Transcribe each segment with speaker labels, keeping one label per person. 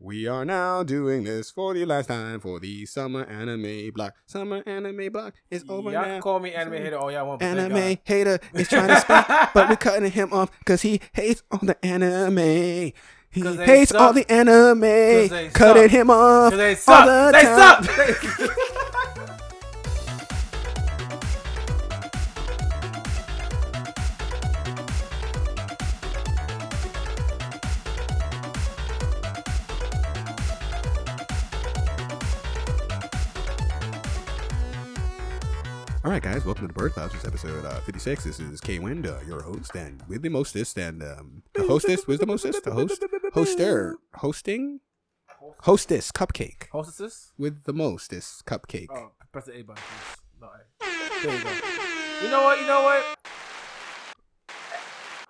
Speaker 1: We are now doing this for the last time for the summer anime block. Summer anime block is over
Speaker 2: y'all
Speaker 1: now.
Speaker 2: can call me anime hater all y'all want. but thank
Speaker 1: Oh Anime
Speaker 2: God.
Speaker 1: hater is trying to speak, but we're cutting him off because he hates on the anime. He
Speaker 2: 'Cause they
Speaker 1: hates all
Speaker 2: suck.
Speaker 1: the
Speaker 2: 'Cause they
Speaker 1: anime. Cutting
Speaker 2: suck.
Speaker 1: him off.
Speaker 2: 'Cause they
Speaker 1: all
Speaker 2: suck.
Speaker 1: the
Speaker 2: They
Speaker 1: time.
Speaker 2: suck. They-
Speaker 1: All right, guys, welcome to the Bird Clouds. This is episode uh, 56. This is Kay Wenda, your host, and with the mostest, and um, the hostess was the mostest, the host, hoster, hosting, hostess, cupcake
Speaker 2: Hostesses.
Speaker 1: with the mostest cupcake.
Speaker 2: Oh, press the A button. please. No, A. There you go. You know what? You know what?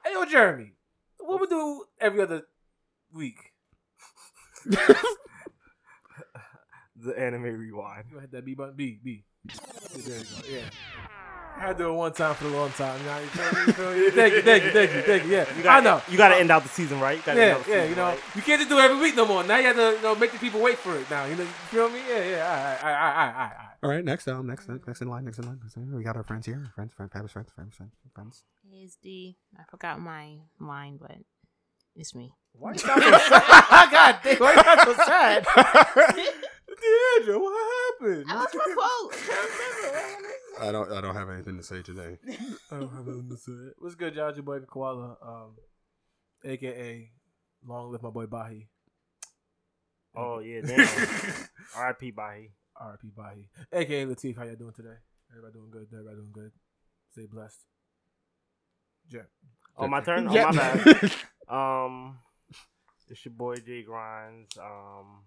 Speaker 2: Hey, yo, Jeremy. What we do every other week?
Speaker 3: the anime rewind.
Speaker 2: You hit that B button. B B. There you go. Yeah. I had to do it one time for the long time. Now you feel me? You feel me? Thank you, thank you, thank you, thank you. Yeah,
Speaker 3: You gotta,
Speaker 2: I know.
Speaker 3: You got to end out the season, right? You gotta end
Speaker 2: Yeah,
Speaker 3: out the
Speaker 2: yeah,
Speaker 3: season,
Speaker 2: you know,
Speaker 3: right?
Speaker 2: you can't just do it every week no more. Now you have to, you know, make the people wait for it. Now, you know, you feel me? Yeah, yeah. All right, all right, all right, all right, all right.
Speaker 1: All right, next, um, next, next in line, next in line, next in line. We got our friends here, friends, friends, fabulous friends, friends, friends, friends.
Speaker 4: Is the I forgot my line, but it's me.
Speaker 2: Why you sound so sad? God damn, why you sound so sad? Deandra, what happened?
Speaker 4: I lost my quote. I can't remember. What
Speaker 1: I don't, I don't have anything to say today.
Speaker 2: I don't have nothing to say. What's good, y'all? It's your boy Koala, um, aka Long Live My Boy Bahi.
Speaker 3: Oh yeah, damn. R.I.P. Bahi.
Speaker 2: R.I.P. Bahi, aka Latif. How y'all doing today? Everybody doing good? Everybody doing good? Stay blessed. Yeah.
Speaker 3: Oh, my turn. Oh,
Speaker 1: Yeah.
Speaker 3: my bad. Um, it's your boy Jay Grimes. Um,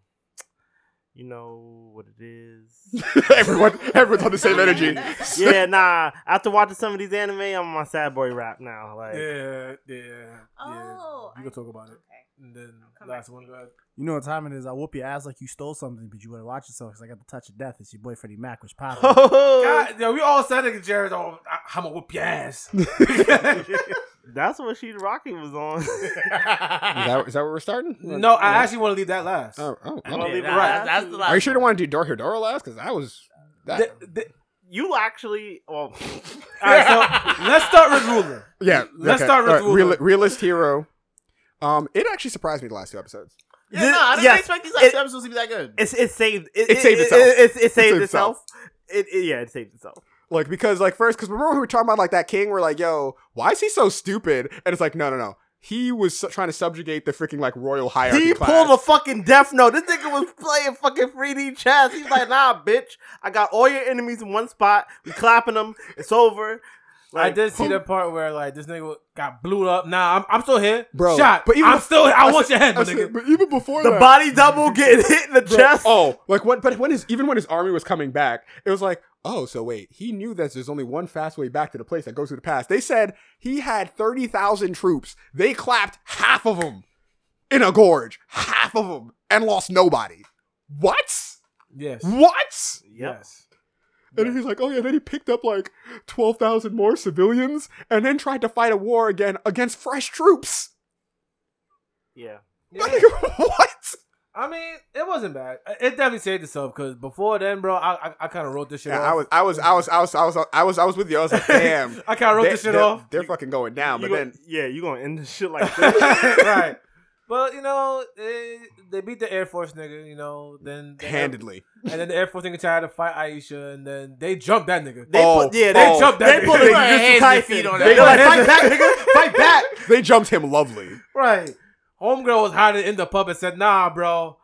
Speaker 3: you know what it is.
Speaker 5: everyone, everyone's on the same energy.
Speaker 3: yeah, nah. After watching some of these anime, I'm on my sad boy rap now. Like,
Speaker 2: Yeah, yeah, yeah.
Speaker 4: Oh,
Speaker 2: we
Speaker 4: I-
Speaker 2: can talk about it.
Speaker 4: Okay.
Speaker 2: And then
Speaker 4: Come
Speaker 2: last
Speaker 4: back.
Speaker 2: one, go ahead.
Speaker 6: You know what time it is. I whoop your ass like you stole something, but you better watch yourself because I got the touch of death. It's your boy Freddie Mac, which popped. up.
Speaker 2: God, yo, we all said that Jared, oh, I, am gonna whoop your ass.
Speaker 3: that's what she Rocky was on.
Speaker 1: Is that, is that where we're starting?
Speaker 2: no, I
Speaker 1: Yeah.
Speaker 2: actually want to leave that last.
Speaker 1: Oh, oh,
Speaker 3: I'm gonna
Speaker 1: oh.
Speaker 3: leave it
Speaker 2: that-
Speaker 3: right.
Speaker 5: that's the
Speaker 1: Are you sure you don't want to do Dora Dora last? Because I was that.
Speaker 2: Th- th-
Speaker 3: You actually, well,
Speaker 2: all right, so let's start with ruler.
Speaker 1: Yeah,
Speaker 2: Let's start with
Speaker 1: all
Speaker 2: Ruler.
Speaker 1: Real, realist hero. Um, it actually surprised me the last two episodes.
Speaker 5: Yeah,
Speaker 3: This-
Speaker 5: no, I didn't
Speaker 3: yes.
Speaker 5: expect these
Speaker 3: It-
Speaker 5: episodes to be that good.
Speaker 3: it's it saved it,
Speaker 5: It saved itself.
Speaker 3: It, it, it, saved
Speaker 5: saved
Speaker 3: itself. It, it yeah, it saved itself.
Speaker 1: Like because like first because remember when we were talking about like that king, we're like, yo, why is he so stupid? And it's like, no, no, no. He was su- trying to subjugate the freaking like royal hierarchy.
Speaker 3: He
Speaker 1: class.
Speaker 3: pulled a fucking death note. This nigga was playing fucking 3D chess. He's like, nah, bitch. I got all your enemies in one spot. We clapping them. It's over.
Speaker 2: I did see the part where like this nigga got blew up. Nah, I'm, I'm still here,
Speaker 1: Bro,
Speaker 2: Shot,
Speaker 1: but
Speaker 2: but
Speaker 1: even
Speaker 2: I'm
Speaker 1: bef-
Speaker 2: still. Here. I, want
Speaker 1: said-
Speaker 2: your head, my
Speaker 1: I said,
Speaker 2: nigga.
Speaker 1: But even before
Speaker 3: the
Speaker 1: that,
Speaker 3: body double getting hit in the
Speaker 1: bro,
Speaker 3: chest.
Speaker 1: Oh, like what? But when his even when his army was coming back, it was like, oh, so wait, he knew that there's only one fast way back to the place that goes through the pass. They said he had thirty thousand troops. They clapped half of them in a gorge, half of them, and lost nobody. What?
Speaker 2: Yes,
Speaker 1: What?
Speaker 2: yes.
Speaker 1: And he's like, oh yeah, then he picked up like 12,000 more civilians and then tried to fight a war again against fresh troops.
Speaker 3: Yeah.
Speaker 2: Yeah.
Speaker 1: Like, what?
Speaker 2: I mean, it wasn't bad. It definitely saved itself because before then, bro, I I, I kind of wrote this shit
Speaker 1: Yeah,
Speaker 2: off.
Speaker 1: I was, I was, I was, I was, I was, I was, I was with you. I was like, damn.
Speaker 2: I kind of wrote
Speaker 1: they-
Speaker 2: this shit
Speaker 1: they're,
Speaker 2: off.
Speaker 1: They're fucking going down.
Speaker 3: You
Speaker 1: But
Speaker 3: gon-
Speaker 1: then,
Speaker 3: yeah, you gonna end this shit like this.
Speaker 2: right. But you know, eh, they beat the Air Force nigga. You know, then the Air-
Speaker 1: handedly,
Speaker 2: and then the Air Force nigga tried to fight Aisha, and then they jumped that nigga.
Speaker 3: They
Speaker 1: Oh,
Speaker 3: put, yeah,
Speaker 2: They
Speaker 3: they,
Speaker 1: oh.
Speaker 2: jumped that nigga.
Speaker 3: they pulled a
Speaker 5: They were hands
Speaker 3: Jujutsu Kaisen.
Speaker 5: and feet on
Speaker 3: They
Speaker 5: that.
Speaker 3: like, fight back, nigga. Fight back.
Speaker 1: they jumped him lovely.
Speaker 2: Right. Homegirl was hiding in the pub and said, nah, bro,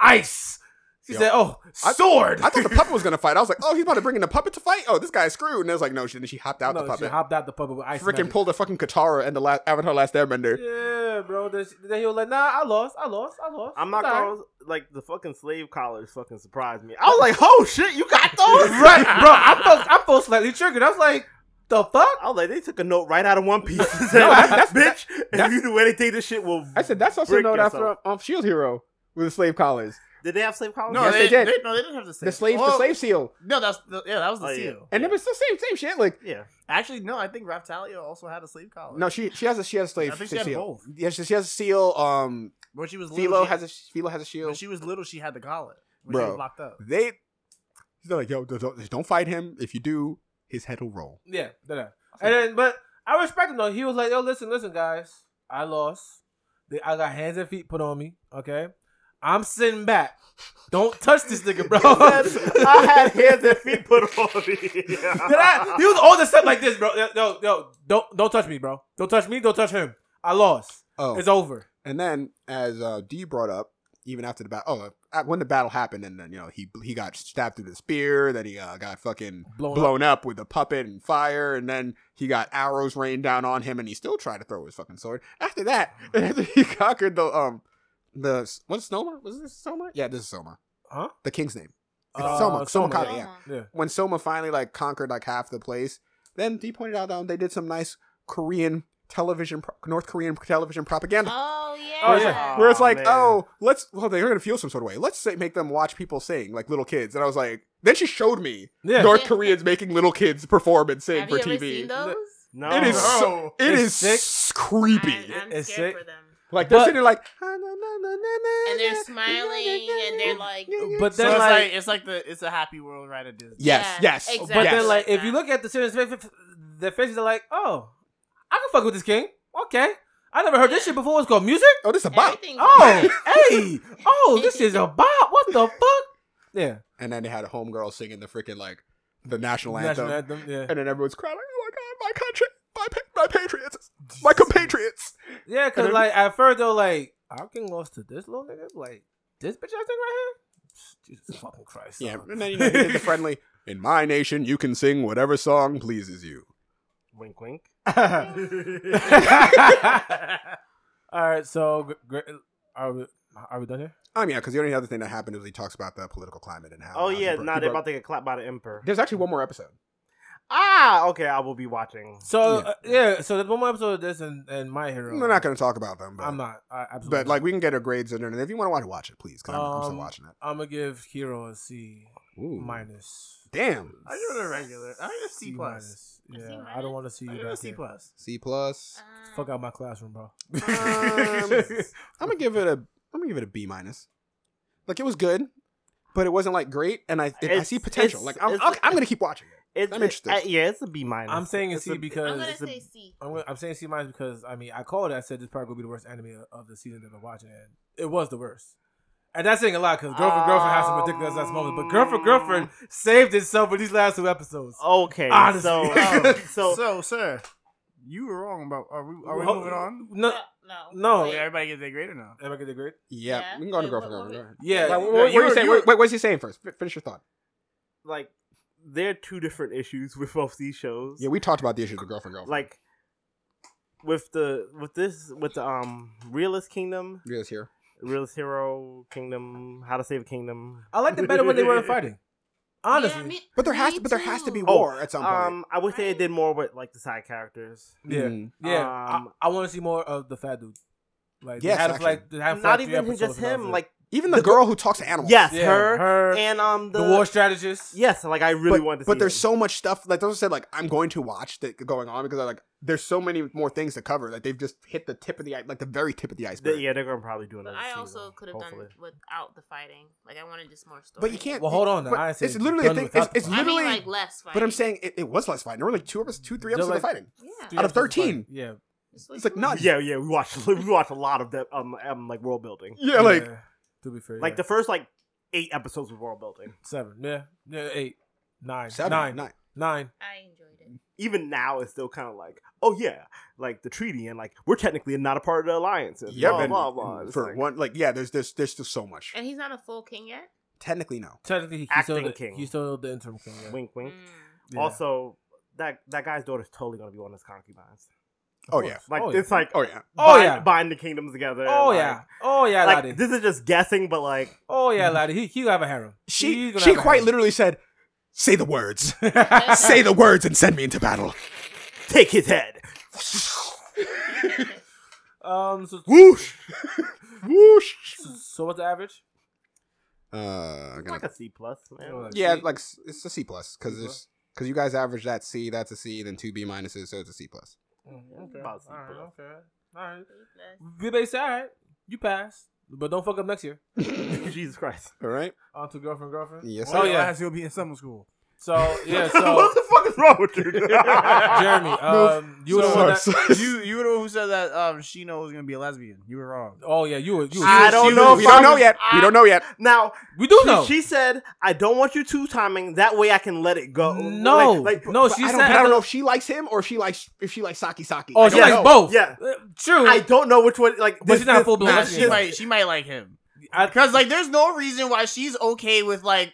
Speaker 2: ice. She
Speaker 1: Yo.
Speaker 2: said, oh,
Speaker 1: I-
Speaker 2: sword.
Speaker 1: I thought the puppet was gonna fight. I was like, oh, he's about to bring in the puppet to fight. Oh, this guy's screwed. And it was like, no, she then she hopped out
Speaker 2: no,
Speaker 1: the
Speaker 2: she
Speaker 1: puppet.
Speaker 2: hopped out the pub with ice.
Speaker 1: Freaking
Speaker 2: magic.
Speaker 1: pulled a fucking Katara and the last Avatar Last Airbender.
Speaker 2: Yeah, bro. Then she- then he was like, nah, I lost, I lost, I lost.
Speaker 3: I'm not
Speaker 2: It's all right.
Speaker 3: gonna like the fucking slave collars fucking surprised me. I was like, oh shit, you got those?
Speaker 2: Right, bro. I felt, I felt slightly triggered. I was like, the fuck?
Speaker 3: I was like, they took a note right out of One Piece. And said,
Speaker 1: No, that's- that's-
Speaker 3: bitch,
Speaker 1: that's-
Speaker 3: if you do anything, this shit will.
Speaker 1: I said that's also
Speaker 3: break
Speaker 1: known after
Speaker 3: yourself."
Speaker 1: um, um, Shield Hero with the slave collars,
Speaker 3: Did they have slave collars?
Speaker 5: No,
Speaker 1: Yes,
Speaker 5: they,
Speaker 1: they did.
Speaker 5: no, they didn't have the same.
Speaker 1: the slave, the
Speaker 5: Well,
Speaker 1: slave seal.
Speaker 5: No, that's the, yeah, that was the
Speaker 3: Oh, yeah.
Speaker 5: seal.
Speaker 1: And it was the same same shit. Like
Speaker 3: Yeah.
Speaker 5: Actually, no, I think Raptalia also had a slave collar.
Speaker 1: no, she she has a she has a slave
Speaker 5: I think she had
Speaker 1: seal.
Speaker 5: both.
Speaker 1: Yeah, she, she has a seal. Um,
Speaker 6: When she was little,
Speaker 3: Philo
Speaker 6: she,
Speaker 3: has a Philo has a
Speaker 6: when
Speaker 3: shield.
Speaker 6: she was little, she had the gauntlet. When she
Speaker 1: Bro.
Speaker 6: was locked up.
Speaker 1: They, he's like, yo, don't, don't fight him. If you do, his head will roll.
Speaker 2: Yeah, da da. And then, but I respect him though. He was like, "Yo, listen, listen, guys, I lost. They, I got hands and feet put on me. Okay, I'm sitting back. Don't touch this nigga, bro."
Speaker 3: I had hands and feet put on me.
Speaker 2: Did I- he was all the stuff like this, bro. Yo, yo, yo, don't don't touch me, bro. Don't touch me. Don't touch him. I lost.
Speaker 1: Oh,
Speaker 2: It's over.
Speaker 1: and then as uh, D brought up, even after the battle, oh, uh, when the battle happened, and then you know he he got stabbed through the spear, then he uh, got fucking
Speaker 2: Blown, up.
Speaker 1: blown up with a puppet and fire, and then he got arrows rained down on him, and he still tried to throw his fucking sword. After that, after he conquered the um the what's Soma? Was this Soma? Yeah, this is Soma.
Speaker 2: Huh?
Speaker 1: The king's name. It's
Speaker 2: Uh,
Speaker 1: Soma. Soma
Speaker 2: Soma,
Speaker 1: Kage, yeah.
Speaker 2: Yeah.
Speaker 1: When Soma finally like conquered like half the place, then he pointed out that they did some nice Korean television, pro- North Korean television propaganda.
Speaker 4: Oh yeah.
Speaker 2: Oh, yeah.
Speaker 1: Where it's like,
Speaker 3: man.
Speaker 1: oh, let's well, they're gonna feel some sort of way. Let's say, make them watch people sing like little kids. And I was like, then she showed me
Speaker 2: Yeah.
Speaker 1: North Koreans making little kids perform and sing
Speaker 4: Have
Speaker 1: for
Speaker 4: you
Speaker 1: TV.
Speaker 4: ever seen those?
Speaker 3: no.
Speaker 1: It is so, it
Speaker 2: It's
Speaker 1: is
Speaker 2: sick.
Speaker 1: s- creepy.
Speaker 4: I, am
Speaker 2: It's
Speaker 4: scared
Speaker 2: sick.
Speaker 4: for them.
Speaker 1: like they're
Speaker 2: But-
Speaker 1: sitting like,
Speaker 4: And they're smiling and they're like,
Speaker 2: But
Speaker 5: So
Speaker 2: then like,
Speaker 5: it's like it's like the it's a happy world right at Disney.
Speaker 1: yes,
Speaker 4: Yeah,
Speaker 1: yes,
Speaker 4: exactly.
Speaker 2: but
Speaker 1: yes.
Speaker 2: then like, if
Speaker 4: Yes.
Speaker 2: you look at the serious face, the faces are like, "Oh, I can fuck with this king." Okay, I never heard this shit before. It's called music.
Speaker 1: oh, this is a bop.
Speaker 4: everything's
Speaker 2: Oh, hey, oh, this is a bop. What the fuck? Yeah,
Speaker 1: And then they had a homegirl singing the freaking like the national anthem,
Speaker 2: national anthem. Yeah,
Speaker 1: and then everyone's crying like, oh my god, my country, my pa- my patriots, my compatriots.
Speaker 2: yeah. Cause
Speaker 1: And
Speaker 2: like at first though, like our king lost to this little nigga. Like this bitch ass nigga right here. Jesus fucking Christ.
Speaker 1: Yeah,
Speaker 2: son.
Speaker 1: and then you know, he did the friendly. In my nation, you can sing whatever song pleases you.
Speaker 3: Wink, wink.
Speaker 2: All right, so gr- gr- are we are we done here?
Speaker 1: I mean, because the only other thing that happened is he talks about the political climate and how.
Speaker 3: Oh
Speaker 1: uh, he
Speaker 3: yeah,
Speaker 1: bro-
Speaker 3: now
Speaker 1: he
Speaker 3: they're
Speaker 1: bro-
Speaker 3: about to get clapped by the emperor.
Speaker 1: There's actually one more episode.
Speaker 3: Ah, okay, I will be watching.
Speaker 2: So
Speaker 1: Yeah.
Speaker 2: uh, yeah, so there's one more episode of this and, and My Hero.
Speaker 1: We're not going to talk about them, but
Speaker 2: I'm not. I, absolutely.
Speaker 1: But like we can get her grades in there, and if you want to watch, watch it, please, because I'm, I'm still
Speaker 2: Um,
Speaker 1: watching it.
Speaker 2: I'm gonna give Hero a C
Speaker 1: Ooh,
Speaker 2: minus.
Speaker 1: damn,
Speaker 5: I give it a regular. I give it a C plus.
Speaker 4: A C
Speaker 2: Yeah, I
Speaker 4: minus?
Speaker 2: don't want to see
Speaker 5: I
Speaker 2: you
Speaker 5: give it a
Speaker 2: back
Speaker 5: C
Speaker 2: here.
Speaker 5: plus.
Speaker 1: C plus.
Speaker 4: Um,
Speaker 2: Fuck out my classroom, bro.
Speaker 1: Um, I'm gonna give it a. I'm gonna give it a B minus. Like it was good, but it wasn't like great, and I it, I
Speaker 3: It's-
Speaker 1: see potential.
Speaker 3: it's-
Speaker 1: Like I'm,
Speaker 3: it's-
Speaker 1: I'm, I'm gonna keep watching it.
Speaker 3: It's,
Speaker 1: I'm interested.
Speaker 3: uh, yeah, it's a B minus.
Speaker 2: I'm saying a
Speaker 3: It's
Speaker 2: C because
Speaker 4: I'm gonna
Speaker 2: it's a-
Speaker 4: say C.
Speaker 2: I'm, gonna- I'm saying C minus because I mean I called it. I said this probably gonna be the worst anime of- of the season that I've been watching, and it was the worst. And that's saying a lot because girlfriend girlfriend has some ridiculous ass moments, but girlfriend girlfriend saved itself with these last two episodes.
Speaker 4: Oh,
Speaker 3: Okay,
Speaker 2: Honestly.
Speaker 3: so um,
Speaker 4: um,
Speaker 2: Oh.
Speaker 3: so
Speaker 5: So, sir, you were wrong about. Are we, are we
Speaker 2: Well,
Speaker 5: moving on?
Speaker 2: No,
Speaker 4: no,
Speaker 3: oh,
Speaker 2: no.
Speaker 4: Wait.
Speaker 5: Wait, everybody gets their grade or no?
Speaker 2: am I getting great?
Speaker 1: Yeah,
Speaker 4: Yeah.
Speaker 1: we can go on to
Speaker 4: Wait,
Speaker 1: girlfriend.
Speaker 4: what-
Speaker 1: girlfriend.
Speaker 4: what-
Speaker 1: Go ahead.
Speaker 2: Yeah.
Speaker 1: Like, what,
Speaker 2: no,
Speaker 1: what
Speaker 2: you
Speaker 1: are you
Speaker 2: were-
Speaker 1: saying?
Speaker 2: you were-
Speaker 1: Wait, wait, what's he saying first? F- finish your thought.
Speaker 3: like there are two different issues with both these shows.
Speaker 1: Yeah, we talked about the issues with girlfriend girlfriend.
Speaker 3: like with the with this with the um realist kingdom,
Speaker 1: you guys here.
Speaker 3: realist hero kingdom, how to save a kingdom.
Speaker 1: Oh,
Speaker 2: I liked it better when they weren't fighting. Honestly,
Speaker 4: Yeah, me-
Speaker 1: But there has
Speaker 4: me
Speaker 1: to, but there has to be
Speaker 4: too.
Speaker 3: Oh,
Speaker 1: war at some point.
Speaker 3: Um, I wish they
Speaker 4: Right.
Speaker 3: did more with like the side characters.
Speaker 2: Yeah,
Speaker 1: Mm.
Speaker 2: yeah.
Speaker 3: Um,
Speaker 2: I, I want to see more of the fat dude. Like,
Speaker 1: Yes,
Speaker 2: they had him for, like
Speaker 1: actually.
Speaker 2: they had him for,
Speaker 3: Not
Speaker 2: like, three
Speaker 3: even him-
Speaker 2: episodes
Speaker 3: just
Speaker 2: and that was
Speaker 3: him,
Speaker 2: it.
Speaker 3: like
Speaker 1: Even the, girl who talks to animals.
Speaker 3: yes,
Speaker 2: Yeah,
Speaker 3: her,
Speaker 2: her,
Speaker 3: and um the,
Speaker 2: the war strategist.
Speaker 3: Yes, like I really
Speaker 1: But,
Speaker 3: wanted to see.
Speaker 1: but there's
Speaker 3: him.
Speaker 1: so much stuff. Like those I said, like I'm going to watch that going on because I like there's so many more things to cover. Like they've just hit the tip of the i- like the very tip of the
Speaker 3: They-
Speaker 1: iceberg.
Speaker 3: yeah, they're gonna probably do
Speaker 4: But
Speaker 3: another.
Speaker 4: I
Speaker 3: season,
Speaker 4: also could have done
Speaker 3: hopefully.
Speaker 4: without the fighting. Like I wanted just more story.
Speaker 1: But you can't.
Speaker 2: Well, hold on now.
Speaker 1: but
Speaker 2: I didn't say
Speaker 1: it's literally a
Speaker 2: done
Speaker 1: thing.
Speaker 2: without
Speaker 1: It's,
Speaker 2: the
Speaker 1: it's
Speaker 2: fight.
Speaker 4: I
Speaker 1: literally.
Speaker 4: mean, like less fighting.
Speaker 1: but I'm saying it, it was less fighting. There were like two episodes, two, three
Speaker 2: They're
Speaker 1: episodes of
Speaker 2: like-
Speaker 1: fighting.
Speaker 4: yeah.
Speaker 2: Three
Speaker 1: Out of
Speaker 2: episodes fight.
Speaker 1: 13.
Speaker 2: Yeah,
Speaker 1: It's like nuts.
Speaker 3: Yeah, yeah, we watched we watched a lot of that um, um like world building.
Speaker 1: Yeah, like
Speaker 2: to be fair,
Speaker 3: Like
Speaker 2: yeah.
Speaker 3: the first like eight episodes of world building.
Speaker 2: seven. Yeah, yeah, eight, nine,
Speaker 1: seven,
Speaker 2: nine,
Speaker 1: nine.
Speaker 2: nine.
Speaker 4: I enjoyed it.
Speaker 3: Even now, it's still kind of like, oh yeah, like the treaty, and like we're technically not a part of the alliance. And
Speaker 1: Yeah,
Speaker 3: blah,
Speaker 1: man,
Speaker 3: blah blah It's
Speaker 1: for
Speaker 3: like,
Speaker 1: one, like yeah, there's there's there's still so much.
Speaker 4: And he's not a full king yet.
Speaker 1: Technically, no.
Speaker 2: Technically, he
Speaker 3: Acting
Speaker 2: still
Speaker 3: king.
Speaker 2: He's still the interim king. Yeah.
Speaker 3: Wink, wink.
Speaker 4: Mm.
Speaker 2: Yeah.
Speaker 3: Also, that that guy's daughter's totally gonna be one of his concubines.
Speaker 1: Oh yeah,
Speaker 3: Like
Speaker 2: Oh, yeah.
Speaker 3: it's like,
Speaker 1: oh yeah.
Speaker 2: Oh,
Speaker 3: bind,
Speaker 2: yeah.
Speaker 3: bind the kingdoms together.
Speaker 2: Oh
Speaker 3: like-
Speaker 2: yeah, oh yeah,
Speaker 3: Like,
Speaker 2: laddie.
Speaker 3: this is just guessing, but like,
Speaker 2: Oh yeah, laddie. He he gonna have a harem. He's
Speaker 1: She
Speaker 2: gonna
Speaker 1: she
Speaker 2: have a
Speaker 1: quite
Speaker 2: harem.
Speaker 1: literally said, "Say the words, say the words, and send me into battle."
Speaker 3: take his head.
Speaker 4: Hmm.
Speaker 2: Um. So,
Speaker 1: Whoosh, whoosh.
Speaker 2: so what's the average?
Speaker 1: Uh,
Speaker 3: It's like a C plus, man.
Speaker 1: yeah,
Speaker 2: C.
Speaker 1: like s- it's a C plus because
Speaker 2: C
Speaker 1: there's because you guys average that C, that's a C, then two B minuses, so it's a C plus.
Speaker 2: Mm, Okay.
Speaker 3: About C
Speaker 2: All right.
Speaker 3: plus.
Speaker 2: Okay. All right.
Speaker 4: Plus.
Speaker 2: We basically all right. You pass, but don't fuck up next year.
Speaker 3: Jesus Christ.
Speaker 1: All right.
Speaker 2: On to girlfriend, girlfriend.
Speaker 1: Yes.
Speaker 2: Oh,
Speaker 1: sir.
Speaker 2: yeah.
Speaker 6: Last year will be in summer school.
Speaker 2: So yeah, so
Speaker 3: what the fuck is wrong with you?
Speaker 2: Jeremy, um, you were the one that.
Speaker 1: Sorry, sorry.
Speaker 5: you you were the one who said that um she knows was gonna be a lesbian. You were wrong.
Speaker 2: Oh yeah, you were. You were
Speaker 3: I
Speaker 2: you were-
Speaker 3: don't know
Speaker 1: we
Speaker 3: if
Speaker 1: don't
Speaker 3: I'm-
Speaker 1: know yet. we don't know yet.
Speaker 3: now,
Speaker 2: We do
Speaker 3: she,
Speaker 2: know.
Speaker 3: she said, I don't want you two timing. That way I can let it go.
Speaker 2: No.
Speaker 3: Like, like,
Speaker 2: no,
Speaker 1: But
Speaker 2: Oh, she
Speaker 1: I
Speaker 2: said.
Speaker 1: don't, but I
Speaker 2: at
Speaker 1: don't
Speaker 2: the-
Speaker 1: know if she likes him or if she likes if she likes Saki Saki.
Speaker 2: Oh,
Speaker 1: I
Speaker 2: she
Speaker 1: don't
Speaker 2: likes
Speaker 1: know.
Speaker 2: both.
Speaker 3: Yeah.
Speaker 2: Uh, True.
Speaker 3: I don't know which one. Like,
Speaker 2: But she's not a full-blown
Speaker 5: Nah,
Speaker 2: Well,
Speaker 5: she
Speaker 2: yeah.
Speaker 5: might she might like him
Speaker 2: I-
Speaker 5: because like there's no reason why she's okay with like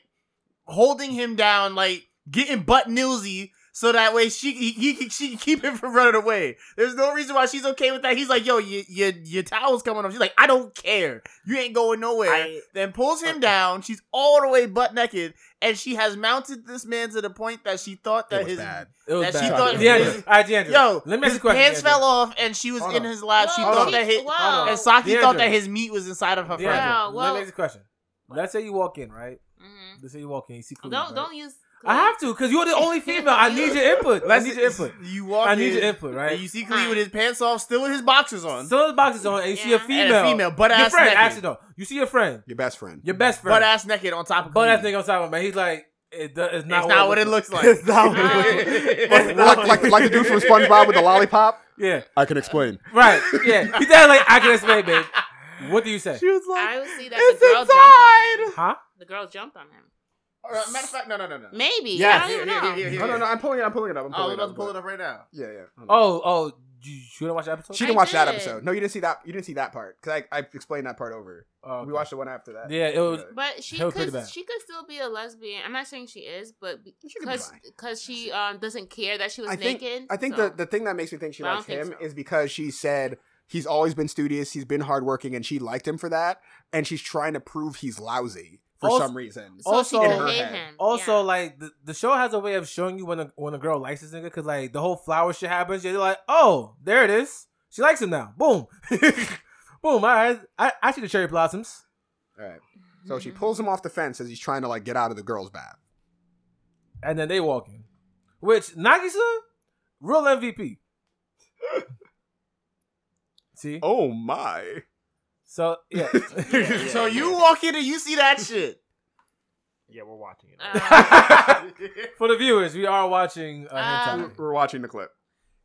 Speaker 5: holding him down, like getting butt nilsy. So that way she he, he can- she can keep him from running away. There's no reason why she's okay with that. He's like, yo, your your, your towel's coming up. She's like, I don't care. You ain't going nowhere.
Speaker 3: I-
Speaker 5: then pulls him down. She's all the way butt naked, and she has mounted this man to the point that she thought
Speaker 1: It
Speaker 5: that
Speaker 1: was
Speaker 5: his
Speaker 1: bad.
Speaker 2: It was
Speaker 5: that
Speaker 2: bad.
Speaker 5: she
Speaker 1: thought-
Speaker 2: DeAndre, all right, DeAndre.
Speaker 5: Yo,
Speaker 2: let me
Speaker 5: his
Speaker 2: ask you a question.
Speaker 5: pants
Speaker 2: DeAndre.
Speaker 5: fell off, and she was
Speaker 2: Hold
Speaker 5: in
Speaker 2: on.
Speaker 5: his lap. She
Speaker 4: Whoa,
Speaker 5: thought
Speaker 4: she-
Speaker 5: that his,
Speaker 4: wow.
Speaker 2: Oh.
Speaker 5: and Saki thought
Speaker 2: DeAndre.
Speaker 5: that his meat was inside of her
Speaker 2: DeAndre,
Speaker 5: vagina.
Speaker 4: Yeah. Wow,
Speaker 2: let
Speaker 4: well-
Speaker 2: me ask you a question. Let's say you walk in, right?
Speaker 4: hmm
Speaker 2: Let's say you walk in, you see. Cleveland,
Speaker 4: Don't
Speaker 2: right?
Speaker 4: don't use.
Speaker 2: I have to, cause you're the only female. I need your input. I need your input.
Speaker 5: You walk
Speaker 2: I need
Speaker 5: in,
Speaker 2: your input,
Speaker 5: and
Speaker 2: right?
Speaker 5: you see Klee with his pants off, still with his boxers on,
Speaker 2: Still the box is on, and you see a
Speaker 4: Yeah.
Speaker 2: female,
Speaker 5: and a female butt
Speaker 2: your
Speaker 5: ass
Speaker 2: friend.
Speaker 5: naked,
Speaker 2: Actually, though, you see your friend,
Speaker 1: Your best friend.
Speaker 2: your best friend,
Speaker 5: butt ass naked on top of
Speaker 2: butt ass
Speaker 5: Klee.
Speaker 2: nigga on top of him, man. He's like, it does, it's not,
Speaker 5: It's not what it looks like.
Speaker 3: It's not what
Speaker 5: it
Speaker 1: Like, like, like, like the dude from SpongeBob with the lollipop.
Speaker 2: Yeah,
Speaker 1: I can explain.
Speaker 2: right. Yeah, he does like I can explain, babe. What do you say?
Speaker 3: She was
Speaker 4: I
Speaker 3: like,
Speaker 4: would see that
Speaker 3: it's
Speaker 4: the girl jumped on him.
Speaker 3: inside.
Speaker 2: Huh?
Speaker 4: The girl jumped on him.
Speaker 5: Matter of fact, no, no, no, no.
Speaker 4: Maybe.
Speaker 3: Yes.
Speaker 4: I don't
Speaker 5: Here,
Speaker 4: even
Speaker 5: here,
Speaker 4: know.
Speaker 5: here, here, here.
Speaker 1: No, no, no. I'm pulling it. I'm pulling it up. I'm pulling
Speaker 5: Oh, I'm
Speaker 1: it
Speaker 5: about
Speaker 1: up.
Speaker 5: to pull it up right now.
Speaker 1: Yeah, yeah. Hold on.
Speaker 2: Oh, oh, you, you didn't watch the episode?
Speaker 1: She didn't
Speaker 4: I
Speaker 1: watch that
Speaker 4: did.
Speaker 1: episode. No, you didn't see that. You didn't see that part because I, I explained that part over.
Speaker 2: Oh,
Speaker 1: We
Speaker 2: okay.
Speaker 1: watched the one after that.
Speaker 2: Yeah, it was.
Speaker 4: But she
Speaker 2: That was pretty
Speaker 4: could
Speaker 2: bad.
Speaker 4: she could still be a lesbian. I'm not saying she is, but
Speaker 1: could be
Speaker 4: because
Speaker 1: bi.
Speaker 4: because she um doesn't care that she was
Speaker 1: I think
Speaker 4: naked.
Speaker 1: I think
Speaker 4: so.
Speaker 1: the, the thing that makes me think she
Speaker 4: But I
Speaker 1: likes
Speaker 4: don't
Speaker 1: him
Speaker 4: think so.
Speaker 1: is because she said he's always been studious, he's been hardworking, and she liked him for that. And she's trying to prove he's lousy for
Speaker 2: Also-
Speaker 1: some reason.
Speaker 4: so
Speaker 2: also-
Speaker 4: she
Speaker 1: In her
Speaker 4: could hate
Speaker 1: head.
Speaker 4: him.
Speaker 2: Also,
Speaker 4: yeah.
Speaker 2: like the, the show has a way of showing you when a when a girl likes this nigga, because like the whole flower shit happens. You're like, oh, there it is. She likes him now. Boom, boom. All right, I, I see the cherry blossoms.
Speaker 1: All right. So
Speaker 4: Mm-hmm.
Speaker 1: she pulls him off the fence as he's trying to like get out of the girls' bath.
Speaker 2: and then they walk in. Which Nagisa, real MVP. See,
Speaker 1: Oh my.
Speaker 2: so yeah,
Speaker 5: So you walk in and you see that shit.
Speaker 3: Yeah, we're watching it.
Speaker 4: Uh,
Speaker 2: for the viewers, we are watching. Uh,
Speaker 4: Um,
Speaker 2: hentai.
Speaker 1: We're watching the clip.